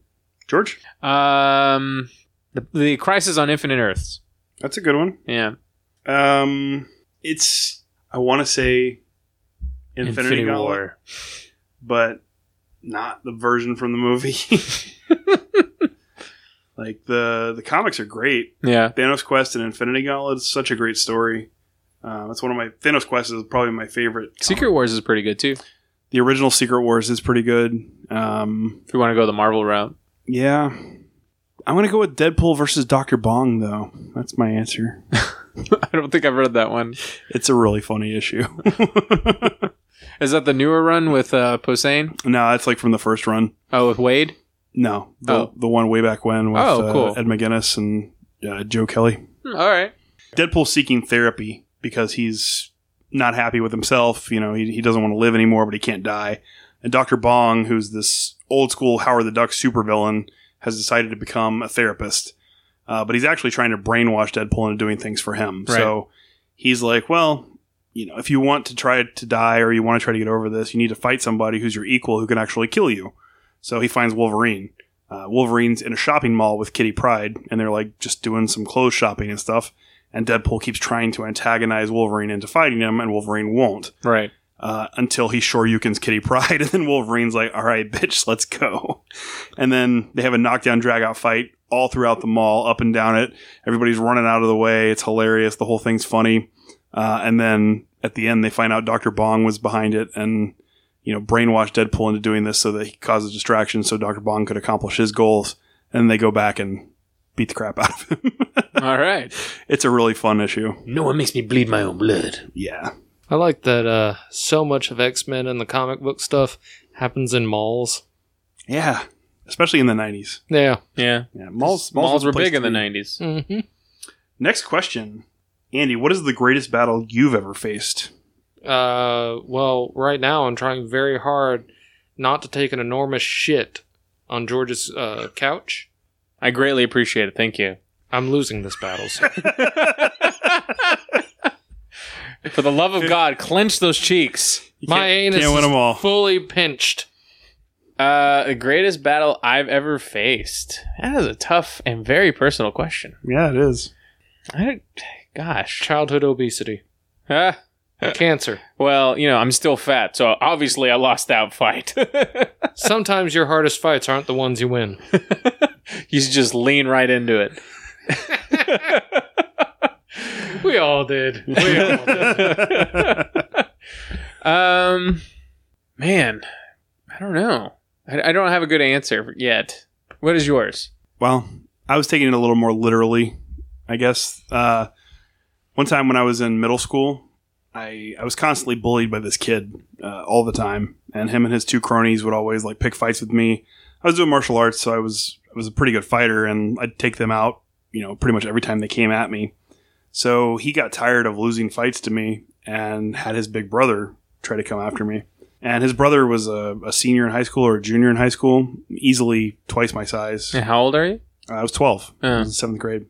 [SPEAKER 1] George?
[SPEAKER 3] Um, the, the Crisis on Infinite Earths.
[SPEAKER 1] That's a good one.
[SPEAKER 3] Yeah,
[SPEAKER 1] Um, it's, I want to say Infinity, Gauntlet, but not the version from the movie. like, the, the comics are great.
[SPEAKER 3] Yeah,
[SPEAKER 1] Thanos Quest and Infinity Gauntlet is such a great story. Um, it's one of my Thanos Quest is probably my favorite.
[SPEAKER 3] Secret Wars is pretty good too.
[SPEAKER 1] The original Secret Wars is pretty good. Um,
[SPEAKER 3] If you want to go the Marvel route,
[SPEAKER 1] yeah, I'm gonna go with Deadpool versus Doctor Bong though. That's my answer.
[SPEAKER 3] I don't think I've read that one.
[SPEAKER 1] It's a really funny issue.
[SPEAKER 3] Is that the newer run with uh, Posehn?
[SPEAKER 1] no, it's like from the first run.
[SPEAKER 3] Oh, with Wade.
[SPEAKER 1] No, the,
[SPEAKER 3] Oh.
[SPEAKER 1] the one way back when with
[SPEAKER 3] Oh,
[SPEAKER 1] uh,
[SPEAKER 3] cool.
[SPEAKER 1] Ed McGuinness and uh, Joe Kelly.
[SPEAKER 3] Hmm, all right.
[SPEAKER 1] Deadpool seeking therapy because he's not happy with himself. You know, he, he doesn't want to live anymore, but he can't die. And Dr. Bong, who's this old school Howard the Duck supervillain, has decided to become a therapist. Uh, but he's actually trying to brainwash Deadpool into doing things for him.
[SPEAKER 3] Right.
[SPEAKER 1] So he's like, well, you know, if you want to try to die or you want to try to get over this, you need to fight somebody who's your equal who can actually kill you. So he finds Wolverine. Uh, Wolverine's in a shopping mall with Kitty Pride, and they're like just doing some clothes shopping and stuff and Deadpool keeps trying to antagonize Wolverine into fighting him, and Wolverine won't
[SPEAKER 3] Right.
[SPEAKER 1] uh, until he Shoryukens Kitty Pride, and then Wolverine's like, "All right, bitch, let's go." And then they have a knockdown dragout fight all throughout the mall, up and down it. Everybody's running out of the way. It's hilarious. The whole thing's funny. Uh, and then at the end, they find out Doctor Bong was behind it, and you know, brainwashed Deadpool into doing this so that he causes distraction, so Doctor Bong could accomplish his goals. And they go back and beat the crap out of him.
[SPEAKER 3] All right.
[SPEAKER 1] it's a really fun issue.
[SPEAKER 3] No one makes me bleed my own blood.
[SPEAKER 1] Yeah.
[SPEAKER 2] I like that uh, so much of X Men and the comic book stuff happens in malls.
[SPEAKER 1] Yeah, especially in the nineties.
[SPEAKER 2] Yeah.
[SPEAKER 3] Yeah.
[SPEAKER 1] Yeah, malls
[SPEAKER 3] Malls,
[SPEAKER 1] was a
[SPEAKER 3] were
[SPEAKER 1] place
[SPEAKER 3] big in
[SPEAKER 1] to
[SPEAKER 3] the
[SPEAKER 1] be.
[SPEAKER 3] nineties.
[SPEAKER 2] Mm-hmm.
[SPEAKER 1] Next question, Andy. What is the greatest battle you've ever faced?
[SPEAKER 2] Uh, well, right now I'm trying very hard not to take an enormous shit on George's uh, couch.
[SPEAKER 3] I greatly appreciate it. Thank you.
[SPEAKER 2] I'm losing this battle. so-
[SPEAKER 3] For the love of God, clench those cheeks.
[SPEAKER 1] You
[SPEAKER 2] My
[SPEAKER 1] can't-
[SPEAKER 2] anus
[SPEAKER 1] can't win
[SPEAKER 2] is
[SPEAKER 1] them all.
[SPEAKER 2] fully pinched.
[SPEAKER 3] Uh, the greatest battle I've ever faced. That is a tough and very personal question.
[SPEAKER 1] yeah, it is.
[SPEAKER 3] I don't, gosh.
[SPEAKER 2] Childhood obesity,
[SPEAKER 3] Ah,
[SPEAKER 2] cancer.
[SPEAKER 3] well, you know, I'm still fat, so obviously I lost that fight.
[SPEAKER 2] Sometimes your hardest fights aren't the ones you win.
[SPEAKER 3] You just lean right into it.
[SPEAKER 2] We all did. We all did.
[SPEAKER 3] Um, man, I don't know. I, I don't have a good answer yet. What is yours?
[SPEAKER 1] Well, I was taking it a little more literally, I guess. Uh, one time when I was in middle school, I, I was constantly bullied by this kid uh, all the time, and him and his two cronies would always like pick fights with me. I was doing martial arts, so I was I was a pretty good fighter, and I'd take them out, you know, pretty much every time they came at me. So he got tired of losing fights to me, and had his big brother try to come after me. And his brother was a, a senior in high school or a junior in high school, easily twice my size.
[SPEAKER 3] And how old are you?
[SPEAKER 1] Uh, I was 12. I
[SPEAKER 3] Oh.
[SPEAKER 1] was in seventh grade.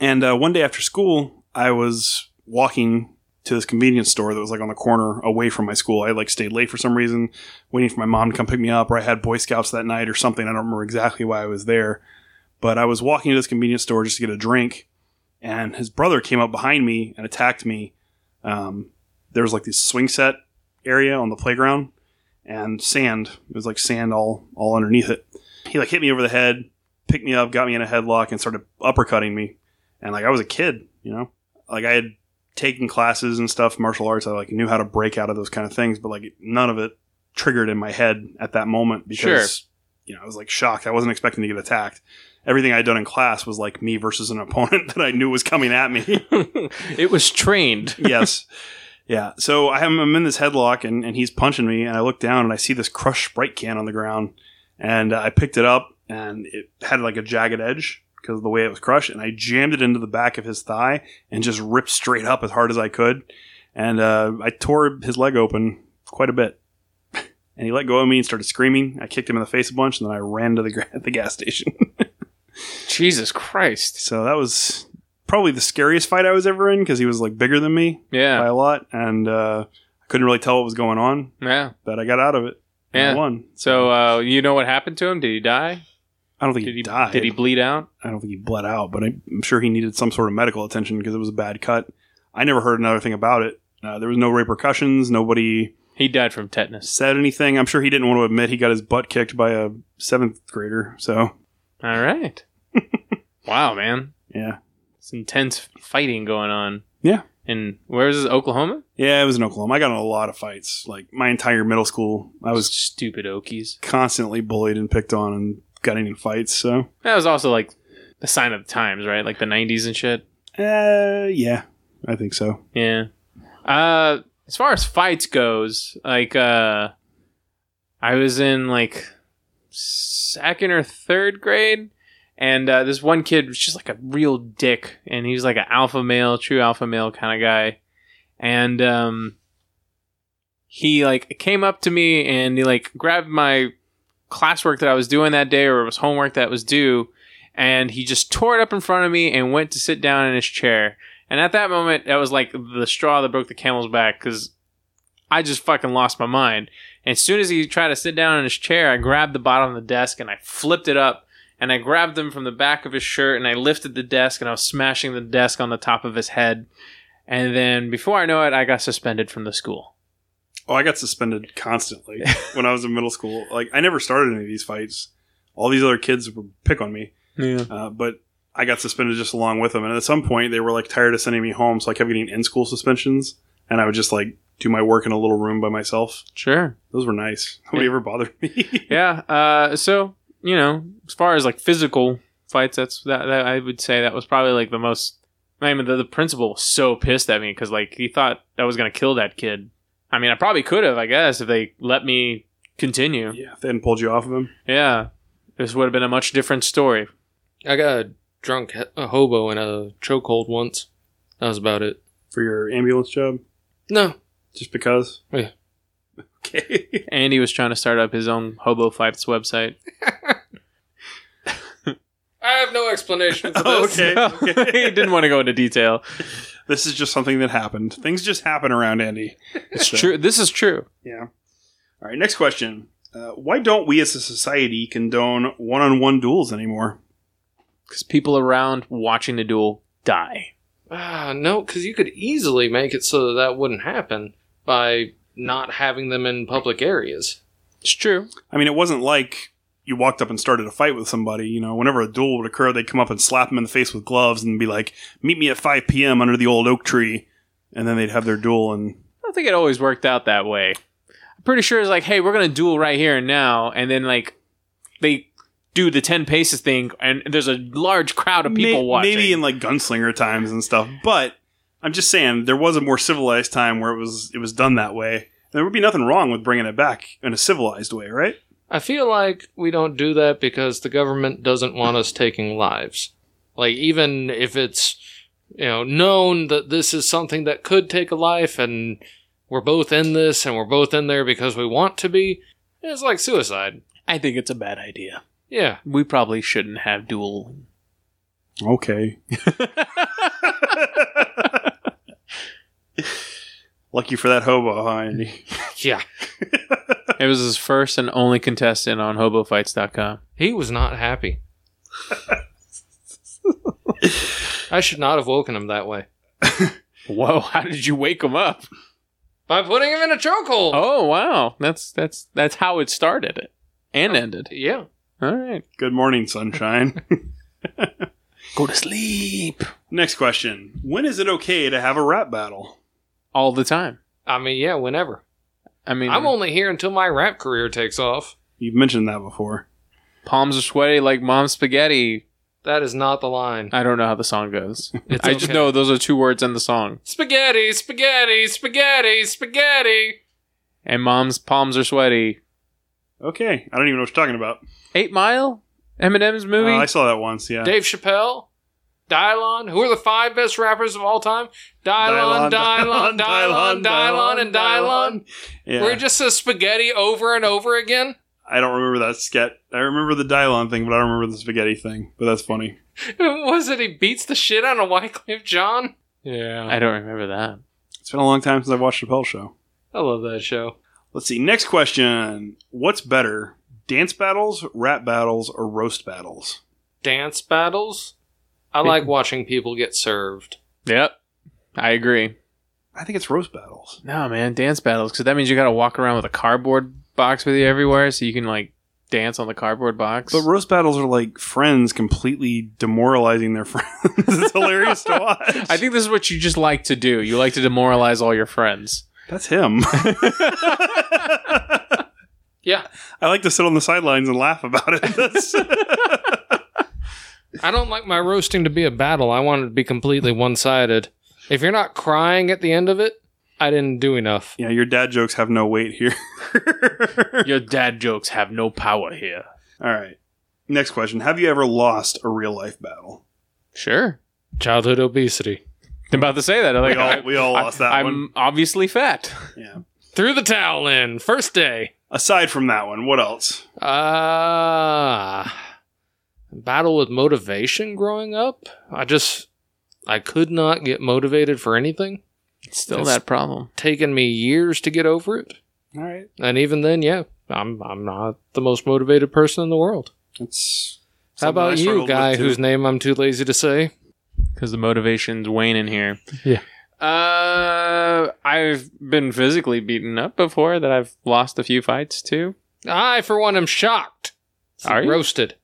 [SPEAKER 1] And uh, one day after school, I was walking to this convenience store that was like on the corner away from my school. I like stayed late for some reason, waiting for my mom to come pick me up, or I had Boy Scouts that night or something. I don't remember exactly why I was there. But I was walking to this convenience store just to get a drink, and his brother came up behind me and attacked me. Um, there was like this swing set area on the playground and sand. It was like sand all all underneath it. He like hit me over the head, picked me up, got me in a headlock, and started uppercutting me. And like I was a kid, you know, like I had taken classes and stuff, martial arts. I like knew how to break out of those kind of things, but like none of it triggered in my head at that moment because you know I was like shocked. I wasn't expecting to get attacked. Everything I'd done in class was like me versus an opponent that I knew was coming at me.
[SPEAKER 3] It was trained.
[SPEAKER 1] yes. Yeah. So I am I'm in this headlock and, and he's punching me and I look down and I see this crushed Sprite can on the ground and I picked it up and it had like a jagged edge because of the way it was crushed and I jammed it into the back of his thigh and just ripped straight up as hard as I could and uh, I tore his leg open quite a bit. And he let go of me and started screaming. I kicked him in the face a bunch, and then I ran to the gra- the gas station.
[SPEAKER 3] Jesus Christ.
[SPEAKER 1] so that was probably the scariest fight I was ever in because he was like bigger than me by
[SPEAKER 3] Yeah.
[SPEAKER 1] a lot, and uh, I couldn't really tell what was going on,
[SPEAKER 3] Yeah.
[SPEAKER 1] but I got out of it. and
[SPEAKER 3] Yeah.
[SPEAKER 1] I won.
[SPEAKER 3] So uh, you know what happened to him? Did he die?
[SPEAKER 1] I don't think
[SPEAKER 3] Did
[SPEAKER 1] he,
[SPEAKER 3] he
[SPEAKER 1] died.
[SPEAKER 3] Did he bleed out?
[SPEAKER 1] I don't think he bled out, but I'm I'm sure he needed some sort of medical attention because it was a bad cut. I never heard another thing about it. Uh, there was no repercussions. Nobody
[SPEAKER 3] He died from tetanus.
[SPEAKER 1] said anything. I'm sure he didn't want to admit he got his butt kicked by a seventh grader. So
[SPEAKER 3] All right. wow, man.
[SPEAKER 1] yeah,
[SPEAKER 3] It's intense fighting going on.
[SPEAKER 1] Yeah.
[SPEAKER 3] And where is this? Oklahoma?
[SPEAKER 1] yeah, it was in Oklahoma. I got in a lot of fights. Like my entire middle school, I was
[SPEAKER 3] stupid Okies.
[SPEAKER 1] constantly bullied and picked on and got in fights. So
[SPEAKER 3] That was also like a sign of the times, right? Like the 90s and shit.
[SPEAKER 1] Uh, yeah, I think so.
[SPEAKER 3] Yeah. Uh, as far as fights goes, like uh, I was in like second or third grade, and uh, this one kid was just like a real dick, and he was like an alpha male, true alpha male kind of guy, and um, he like came up to me and he like grabbed my classwork that I was doing that day or it was homework that was due. And he just tore it up in front of me and went to sit down in his chair. And at that moment, that was like the straw that broke the camel's back because I just fucking lost my mind. And as soon as he tried to sit down in his chair, I grabbed the bottom of the desk and I flipped it up and I grabbed him from the back of his shirt and I lifted the desk and I was smashing the desk on the top of his head. And then before I know it, I got suspended from the school.
[SPEAKER 1] Oh, I got suspended constantly when I was in middle school. Like, I never started any of these fights. All these other kids would pick on me,
[SPEAKER 3] Yeah.
[SPEAKER 1] uh, but I got suspended just along with them. And at some point, they were like tired of sending me home, so I kept getting in school suspensions, and I would just like do my work in a little room by myself.
[SPEAKER 3] Sure.
[SPEAKER 1] Those were nice. Nobody ever bothered me.
[SPEAKER 3] yeah. Uh, so you know, as far as like physical fights, that's that, that I would say that was probably like the most. I mean, the, the principal was so pissed at me because like he thought I was gonna kill that kid. I mean, I probably could have, I guess, if they let me continue.
[SPEAKER 1] yeah, if they hadn't pulled you off of him.
[SPEAKER 3] Yeah, this would have been a much different story.
[SPEAKER 2] I got a drunk he- a hobo in a chokehold once. That was about it.
[SPEAKER 1] For your ambulance job,
[SPEAKER 2] No,
[SPEAKER 1] just because.
[SPEAKER 2] Yeah.
[SPEAKER 1] Okay.
[SPEAKER 3] Andy was trying to start up his own hobo fights website.
[SPEAKER 2] I have no explanation for
[SPEAKER 1] Oh,
[SPEAKER 2] this.
[SPEAKER 1] okay. okay.
[SPEAKER 3] he didn't want to go into detail.
[SPEAKER 1] This is just something that happened. Things just happen around Andy.
[SPEAKER 3] It's true. This is true.
[SPEAKER 1] Yeah. All right. Next question. Uh, why don't we as a society condone one on one duels anymore?
[SPEAKER 3] Because people around watching the duel die.
[SPEAKER 2] Ah, no, because you could easily make it so that that wouldn't happen by not having them in public areas.
[SPEAKER 3] It's true.
[SPEAKER 1] I mean, it wasn't like, you walked up and started a fight with somebody, you know, whenever a duel would occur, they'd come up and slap him in the face with gloves and be like, "Meet me at 5 p.m. under the old oak tree," and then they'd have their duel. And
[SPEAKER 3] I don't think it always worked out that way. I'm pretty sure it's like, hey, we're gonna duel right here and now, and then like they do the ten paces thing, and there's a large crowd of people
[SPEAKER 1] May-
[SPEAKER 3] watching.
[SPEAKER 1] maybe in like gunslinger times and stuff, but I'm just saying there was a more civilized time where it was it was done that way. And there would be nothing wrong with bringing it back in a civilized way, right?
[SPEAKER 2] I feel like we don't do that because the government doesn't want us taking lives. Like even if it's you know known that this is something that could take a life and we're both in this and we're both in there because we want to be, it's like suicide.
[SPEAKER 3] I think it's a bad idea.
[SPEAKER 2] Yeah.
[SPEAKER 3] We probably shouldn't have duel.
[SPEAKER 1] Okay. Lucky for that hobo, huh, Andy?
[SPEAKER 2] Yeah.
[SPEAKER 3] it was his first and only contestant on HoboFights.com.
[SPEAKER 2] He was not happy. I should not have woken him that way.
[SPEAKER 3] Whoa! How did you wake him up?
[SPEAKER 2] By putting him in a chokehold.
[SPEAKER 3] Oh wow, that's that's that's how it started and ended.
[SPEAKER 2] Yeah.
[SPEAKER 3] All right,
[SPEAKER 1] Good morning, sunshine.
[SPEAKER 3] go to sleep
[SPEAKER 1] Next question: When is it okay to have a rap battle?
[SPEAKER 3] all the time.
[SPEAKER 2] I mean, yeah, whenever.
[SPEAKER 3] I mean,
[SPEAKER 2] I'm only here until my rap career takes off.
[SPEAKER 1] You've mentioned that before.
[SPEAKER 3] palms are sweaty like mom's spaghetti.
[SPEAKER 2] That is not the line.
[SPEAKER 3] I don't know how the song goes.
[SPEAKER 2] It's
[SPEAKER 3] I just
[SPEAKER 2] okay.
[SPEAKER 3] know those are two words in the song.
[SPEAKER 2] Spaghetti, spaghetti, spaghetti, spaghetti.
[SPEAKER 3] And mom's palms are sweaty.
[SPEAKER 1] Okay, I don't even know what you're talking about.
[SPEAKER 3] Eight Mile, Eminem's movie.
[SPEAKER 1] Uh, I saw that once. Yeah,
[SPEAKER 2] Dave Chappelle, Dylon. Who are the five best rappers of all time? Dylon, Dylon, Dylon, Dylon, and Dylon.
[SPEAKER 1] Yeah,
[SPEAKER 2] Where it just says spaghetti over and over again.
[SPEAKER 1] I don't remember that sket. I remember the Dylon thing, but I don't remember the spaghetti thing. But that's funny.
[SPEAKER 2] Was it he beats the shit out of Wycliffe John?
[SPEAKER 3] I don't remember that.
[SPEAKER 1] It's been a long time since I've watched a Chappelle show.
[SPEAKER 2] I love that show.
[SPEAKER 1] Let's see. Next question: What's better, dance battles, rap battles, or roast battles?
[SPEAKER 2] Dance battles. I like watching people get served.
[SPEAKER 3] Yep, I agree.
[SPEAKER 1] I think it's roast battles.
[SPEAKER 3] No man, dance battles because that means you got to walk around with a cardboard box with you everywhere, so you can like dance on the cardboard box.
[SPEAKER 1] But roast battles are like friends completely demoralizing their friends. it's hilarious to watch.
[SPEAKER 3] I think this is what you just like to do. You like to demoralize all your friends.
[SPEAKER 1] that's him.
[SPEAKER 2] Yeah.
[SPEAKER 1] I like to sit on the sidelines and laugh about it. That's-
[SPEAKER 2] I don't like my roasting to be a battle. I want it to be completely one sided. If you're not crying at the end of it, I didn't do enough.
[SPEAKER 1] yeah, your dad jokes have no weight here.
[SPEAKER 3] Your dad jokes have no power here.
[SPEAKER 1] All right. Next question: Have you ever lost a real life battle?
[SPEAKER 3] Sure.
[SPEAKER 2] Childhood obesity.
[SPEAKER 3] I'm about to say that. I'm
[SPEAKER 1] We
[SPEAKER 3] like,
[SPEAKER 1] all,
[SPEAKER 3] I,
[SPEAKER 1] we all lost that
[SPEAKER 3] am
[SPEAKER 1] one.
[SPEAKER 3] obviously fat.
[SPEAKER 1] Yeah.
[SPEAKER 2] Threw the towel in. First day.
[SPEAKER 1] Aside from that one, what else?
[SPEAKER 2] Ah. battle with motivation growing up. I just. I could not get motivated for anything.
[SPEAKER 3] It's still
[SPEAKER 2] That's-
[SPEAKER 3] that problem.
[SPEAKER 2] Taken me years to get over it.
[SPEAKER 1] All right.
[SPEAKER 2] And even then, yeah, I'm I'm not the most motivated person in the world.
[SPEAKER 1] It's
[SPEAKER 2] How
[SPEAKER 1] something I
[SPEAKER 2] about you,
[SPEAKER 1] struggled
[SPEAKER 2] guy
[SPEAKER 1] with, too.
[SPEAKER 2] whose name I'm too lazy to say?
[SPEAKER 3] Because the motivation's waning here.
[SPEAKER 2] Yeah.
[SPEAKER 3] Uh, I've been physically beaten up before that I've lost a few fights to.
[SPEAKER 2] I, for one, am shocked.
[SPEAKER 3] Are you?
[SPEAKER 2] Roasted.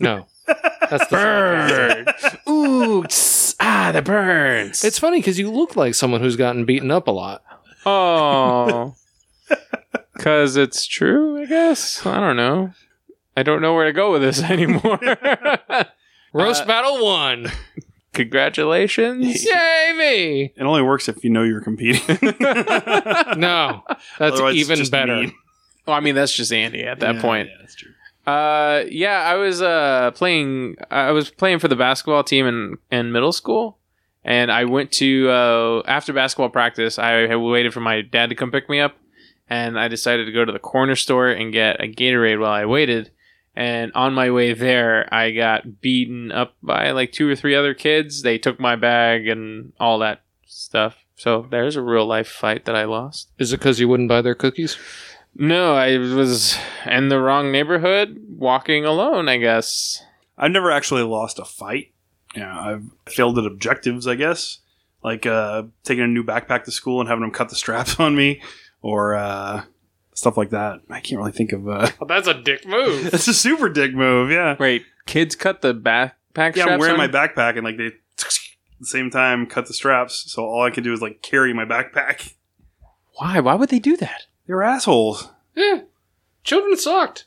[SPEAKER 2] No. That's the
[SPEAKER 3] Ooh, tss, ah, the burns.
[SPEAKER 2] It's funny because you look like someone who's gotten beaten up a lot.
[SPEAKER 3] Oh. Because it's true, I guess. I don't know. I don't know where to go with this anymore.
[SPEAKER 2] Roast
[SPEAKER 3] Uh,
[SPEAKER 2] battle one.
[SPEAKER 3] Congratulations.
[SPEAKER 2] Yay me!
[SPEAKER 1] It only works if you know you're competing. That's
[SPEAKER 2] No, that's even better.
[SPEAKER 3] Well, I mean, that's just Andy at that point.
[SPEAKER 1] Yeah, that's true.
[SPEAKER 3] Uh, yeah, I was uh playing. I was playing for the basketball team in in middle school, and I went to uh after basketball practice. I had waited for my dad to come pick me up, and I decided to go to the corner store and get a Gatorade while I waited. And on my way there, I got beaten up by like two or three other kids. They took my bag and all that stuff. So there's a real life fight that I lost.
[SPEAKER 2] Is it because you wouldn't buy their cookies?
[SPEAKER 3] No, I was in the wrong neighborhood, walking alone, I guess.
[SPEAKER 1] I've never actually lost a fight. Yeah, I've failed at objectives, I guess. Like uh, taking a new backpack to school and having them cut the straps on me, or uh, stuff like that. I can't really think of. Uh,
[SPEAKER 2] Well, Oh, that's a dick move.
[SPEAKER 1] it's a super dick move. Yeah,
[SPEAKER 3] Wait, kids cut the backpack
[SPEAKER 1] yeah. I'm
[SPEAKER 3] straps
[SPEAKER 1] wearing my
[SPEAKER 3] on you?
[SPEAKER 1] backpack and like they at the same time cut the straps, so all I could do is like carry my backpack.
[SPEAKER 3] Why? Why would they do that?
[SPEAKER 1] They're assholes.
[SPEAKER 2] yeah. Children sucked.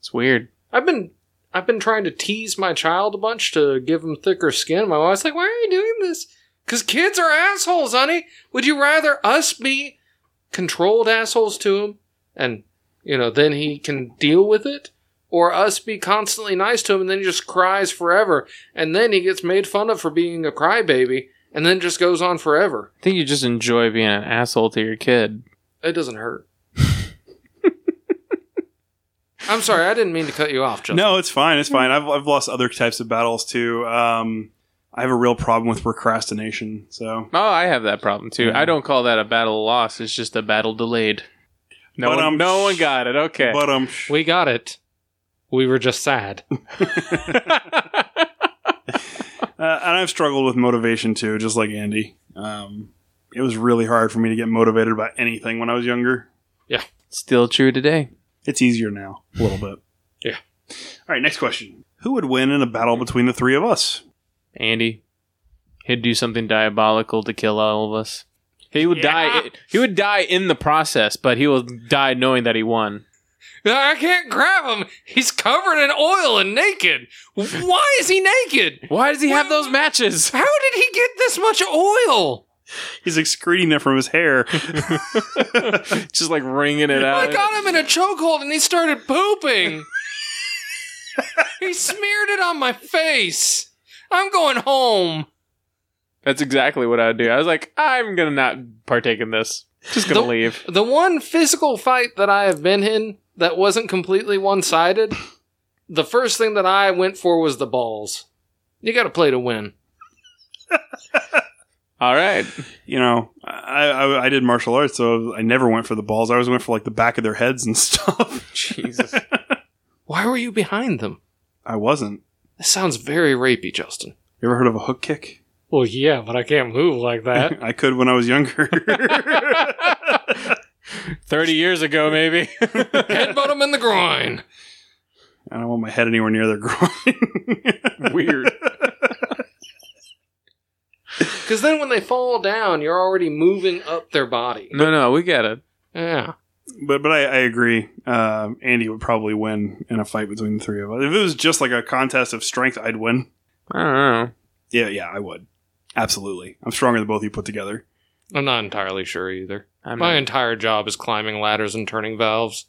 [SPEAKER 3] It's weird.
[SPEAKER 2] I've been I've been trying to tease my child a bunch to give him thicker skin. My wife's like, "Why are you doing this?" Because kids are assholes, honey. Would you rather us be controlled assholes to him, and you know, then he can deal with it, or us be constantly nice to him, and then he just cries forever, and then he gets made fun of for being a crybaby, and then just goes on forever.
[SPEAKER 3] I think you just enjoy being an asshole to your kid.
[SPEAKER 2] It doesn't hurt. I'm sorry, I didn't mean to cut you off, Justin.
[SPEAKER 1] No, it's fine. It's fine. I've I've lost other types of battles too. Um, I have a real problem with procrastination. So,
[SPEAKER 3] Oh, I have that problem too.
[SPEAKER 1] Yeah.
[SPEAKER 3] I don't call that a battle loss. It's just a battle delayed. No,
[SPEAKER 1] But,
[SPEAKER 3] one,
[SPEAKER 1] um,
[SPEAKER 3] no one got it. Okay.
[SPEAKER 1] but um,
[SPEAKER 2] We got it. We were just sad.
[SPEAKER 1] Uh, and I've struggled with motivation too, just like Andy. Um, it was really hard for me to get motivated about anything when I was younger.
[SPEAKER 3] Still true today.
[SPEAKER 1] It's easier now, a little bit.
[SPEAKER 2] Yeah.
[SPEAKER 1] All right, next question. Who would win in a battle between the three of us?
[SPEAKER 3] Andy, he'd do something diabolical to kill all of us. He would die. He would die in the process, but he will die knowing that he won.
[SPEAKER 2] I can't grab him. He's covered in oil and naked. Why is he naked?
[SPEAKER 3] Why does he have those matches?
[SPEAKER 2] How did he get this much oil?
[SPEAKER 1] He's excreting it from his hair.
[SPEAKER 3] Just like wringing it
[SPEAKER 2] I
[SPEAKER 3] out.
[SPEAKER 2] got him in a chokehold and he started pooping. he smeared it on my face. I'm going home.
[SPEAKER 3] That's exactly what I would do. I was like, I'm gonna not partake in this. Just gonna
[SPEAKER 2] The-
[SPEAKER 3] leave.
[SPEAKER 2] The one physical fight that I have been in that wasn't completely one sided, the first thing that I went for was the balls. You got to play to win.
[SPEAKER 3] All right.
[SPEAKER 1] you know, I, I, I did martial arts, so I never went for the balls. I always went for like the back of their heads and stuff.
[SPEAKER 3] Jesus.
[SPEAKER 2] Why were you behind them?
[SPEAKER 1] I wasn't.
[SPEAKER 2] This sounds very rapey, Justin.
[SPEAKER 1] You ever heard of a hook kick?
[SPEAKER 2] Well, yeah, but I can't move like that.
[SPEAKER 1] I could when I was younger.
[SPEAKER 3] Thirty years ago, maybe.
[SPEAKER 2] Headbutt him in the groin.
[SPEAKER 1] I don't want my head anywhere near their groin.
[SPEAKER 3] Weird.
[SPEAKER 2] Because then when they fall down, you're already moving up their body.
[SPEAKER 3] No, no, we get it.
[SPEAKER 2] Yeah.
[SPEAKER 1] But but I, I agree. Uh, Andy would probably win in a fight between the three of us. If it was just like a contest of strength, I'd win.
[SPEAKER 3] I don't know.
[SPEAKER 1] Yeah, yeah, I would. Absolutely. I'm stronger than both of you put together.
[SPEAKER 2] I'm not entirely sure either.
[SPEAKER 3] I'm
[SPEAKER 2] My
[SPEAKER 3] not-
[SPEAKER 2] entire job is climbing ladders and turning valves.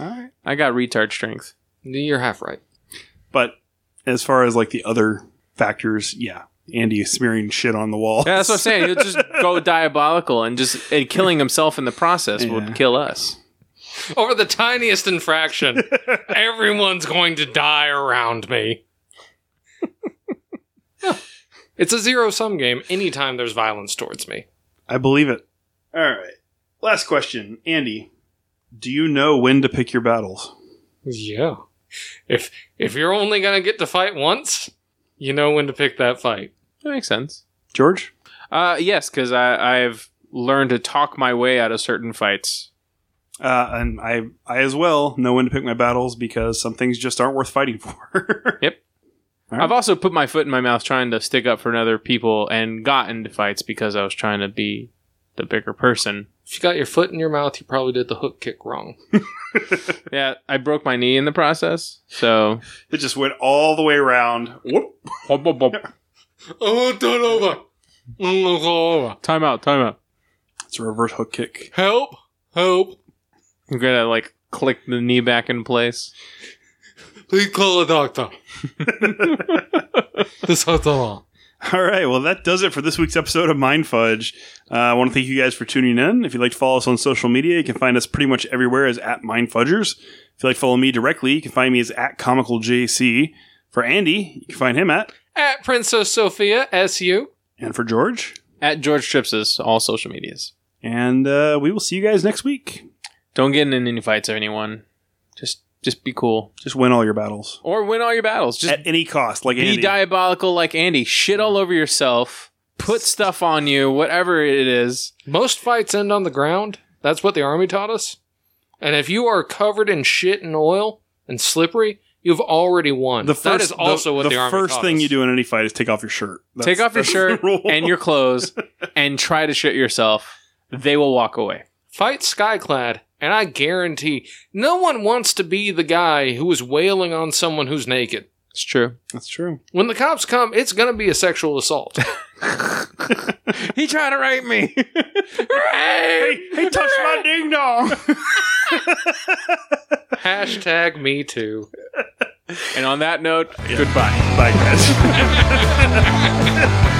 [SPEAKER 1] All right.
[SPEAKER 3] I got retard strength.
[SPEAKER 2] You're half right.
[SPEAKER 1] But as far as like the other factors, yeah, Andy smearing shit on the wall.
[SPEAKER 3] Yeah, that's what I'm saying. He'll just go diabolical and just and killing himself in the process
[SPEAKER 1] Yeah.
[SPEAKER 3] would kill us.
[SPEAKER 2] Over the tiniest infraction, everyone's going to die around me. Yeah. It's a zero sum game anytime there's violence towards me.
[SPEAKER 1] I believe it. All right. Last question, Andy. Do you know when to pick your battles?
[SPEAKER 2] Yeah. If if you're only gonna get to fight once, you know when to pick that fight.
[SPEAKER 3] That makes sense.
[SPEAKER 1] George?
[SPEAKER 3] Uh, yes, because I I've learned to talk my way out of certain fights.
[SPEAKER 1] Uh, and I, I as well know when to pick my battles because some things just aren't worth fighting for. All right.
[SPEAKER 3] I've also put my foot in my mouth trying to stick up for other people and got into fights because I was trying to be the bigger person.
[SPEAKER 2] If you got your foot in your mouth, you probably did the hook kick wrong.
[SPEAKER 3] Yeah, I broke my knee in the process, so
[SPEAKER 1] It just went all the way around. Whoop.
[SPEAKER 3] time
[SPEAKER 2] Oh, turn over. Look over.
[SPEAKER 3] out, time out.
[SPEAKER 1] It's a reverse hook kick.
[SPEAKER 2] Help! Help!
[SPEAKER 3] I'm gonna like click the knee back in place.
[SPEAKER 2] Please call a doctor. this hurts a lot.
[SPEAKER 1] All right. Well, that does it for this week's episode of Mind Fudge. Uh, I want to thank you guys for tuning in. If you'd like to follow us on social media, you can find us pretty much everywhere as at Mind Fudgers. If you'd like to follow me directly, you can find me as at Comical JC. For Andy, you can find him at,
[SPEAKER 2] At Princess Sophia, SU.
[SPEAKER 1] and for George.
[SPEAKER 3] At George Trips's all social medias.
[SPEAKER 1] And uh, we will see you guys next week.
[SPEAKER 3] Don't get in any fights or anyone. Just just be cool.
[SPEAKER 1] Just win all your battles
[SPEAKER 3] Or win all your battles. Just
[SPEAKER 1] at any cost, like
[SPEAKER 3] be
[SPEAKER 1] Andy.
[SPEAKER 3] diabolical like Andy. Shit all over yourself. Put stuff on you, whatever it is.
[SPEAKER 2] Most fights end on the ground. That's what the army taught us. And if you are covered in shit and oil and slippery, you've already won.
[SPEAKER 1] The first,
[SPEAKER 2] that is also
[SPEAKER 1] the,
[SPEAKER 2] what the,
[SPEAKER 1] the
[SPEAKER 2] Army
[SPEAKER 1] first
[SPEAKER 2] taught
[SPEAKER 1] thing
[SPEAKER 2] us.
[SPEAKER 1] you do in any fight is take off your shirt. That's-
[SPEAKER 3] Take off your
[SPEAKER 1] that's
[SPEAKER 3] shirt
[SPEAKER 1] the rule.
[SPEAKER 3] and your clothes and try to shit yourself. They will walk away.
[SPEAKER 2] Fight Skyclad, and I guarantee no one wants to be the guy who is wailing on someone who's naked.
[SPEAKER 3] It's true.
[SPEAKER 1] That's true.
[SPEAKER 2] When the cops come, it's going to be a sexual assault.
[SPEAKER 3] He tried to rape me.
[SPEAKER 1] Hey, he touched my ding dong.
[SPEAKER 2] Hashtag me too.
[SPEAKER 3] and on that note, goodbye.
[SPEAKER 1] Bye, guys.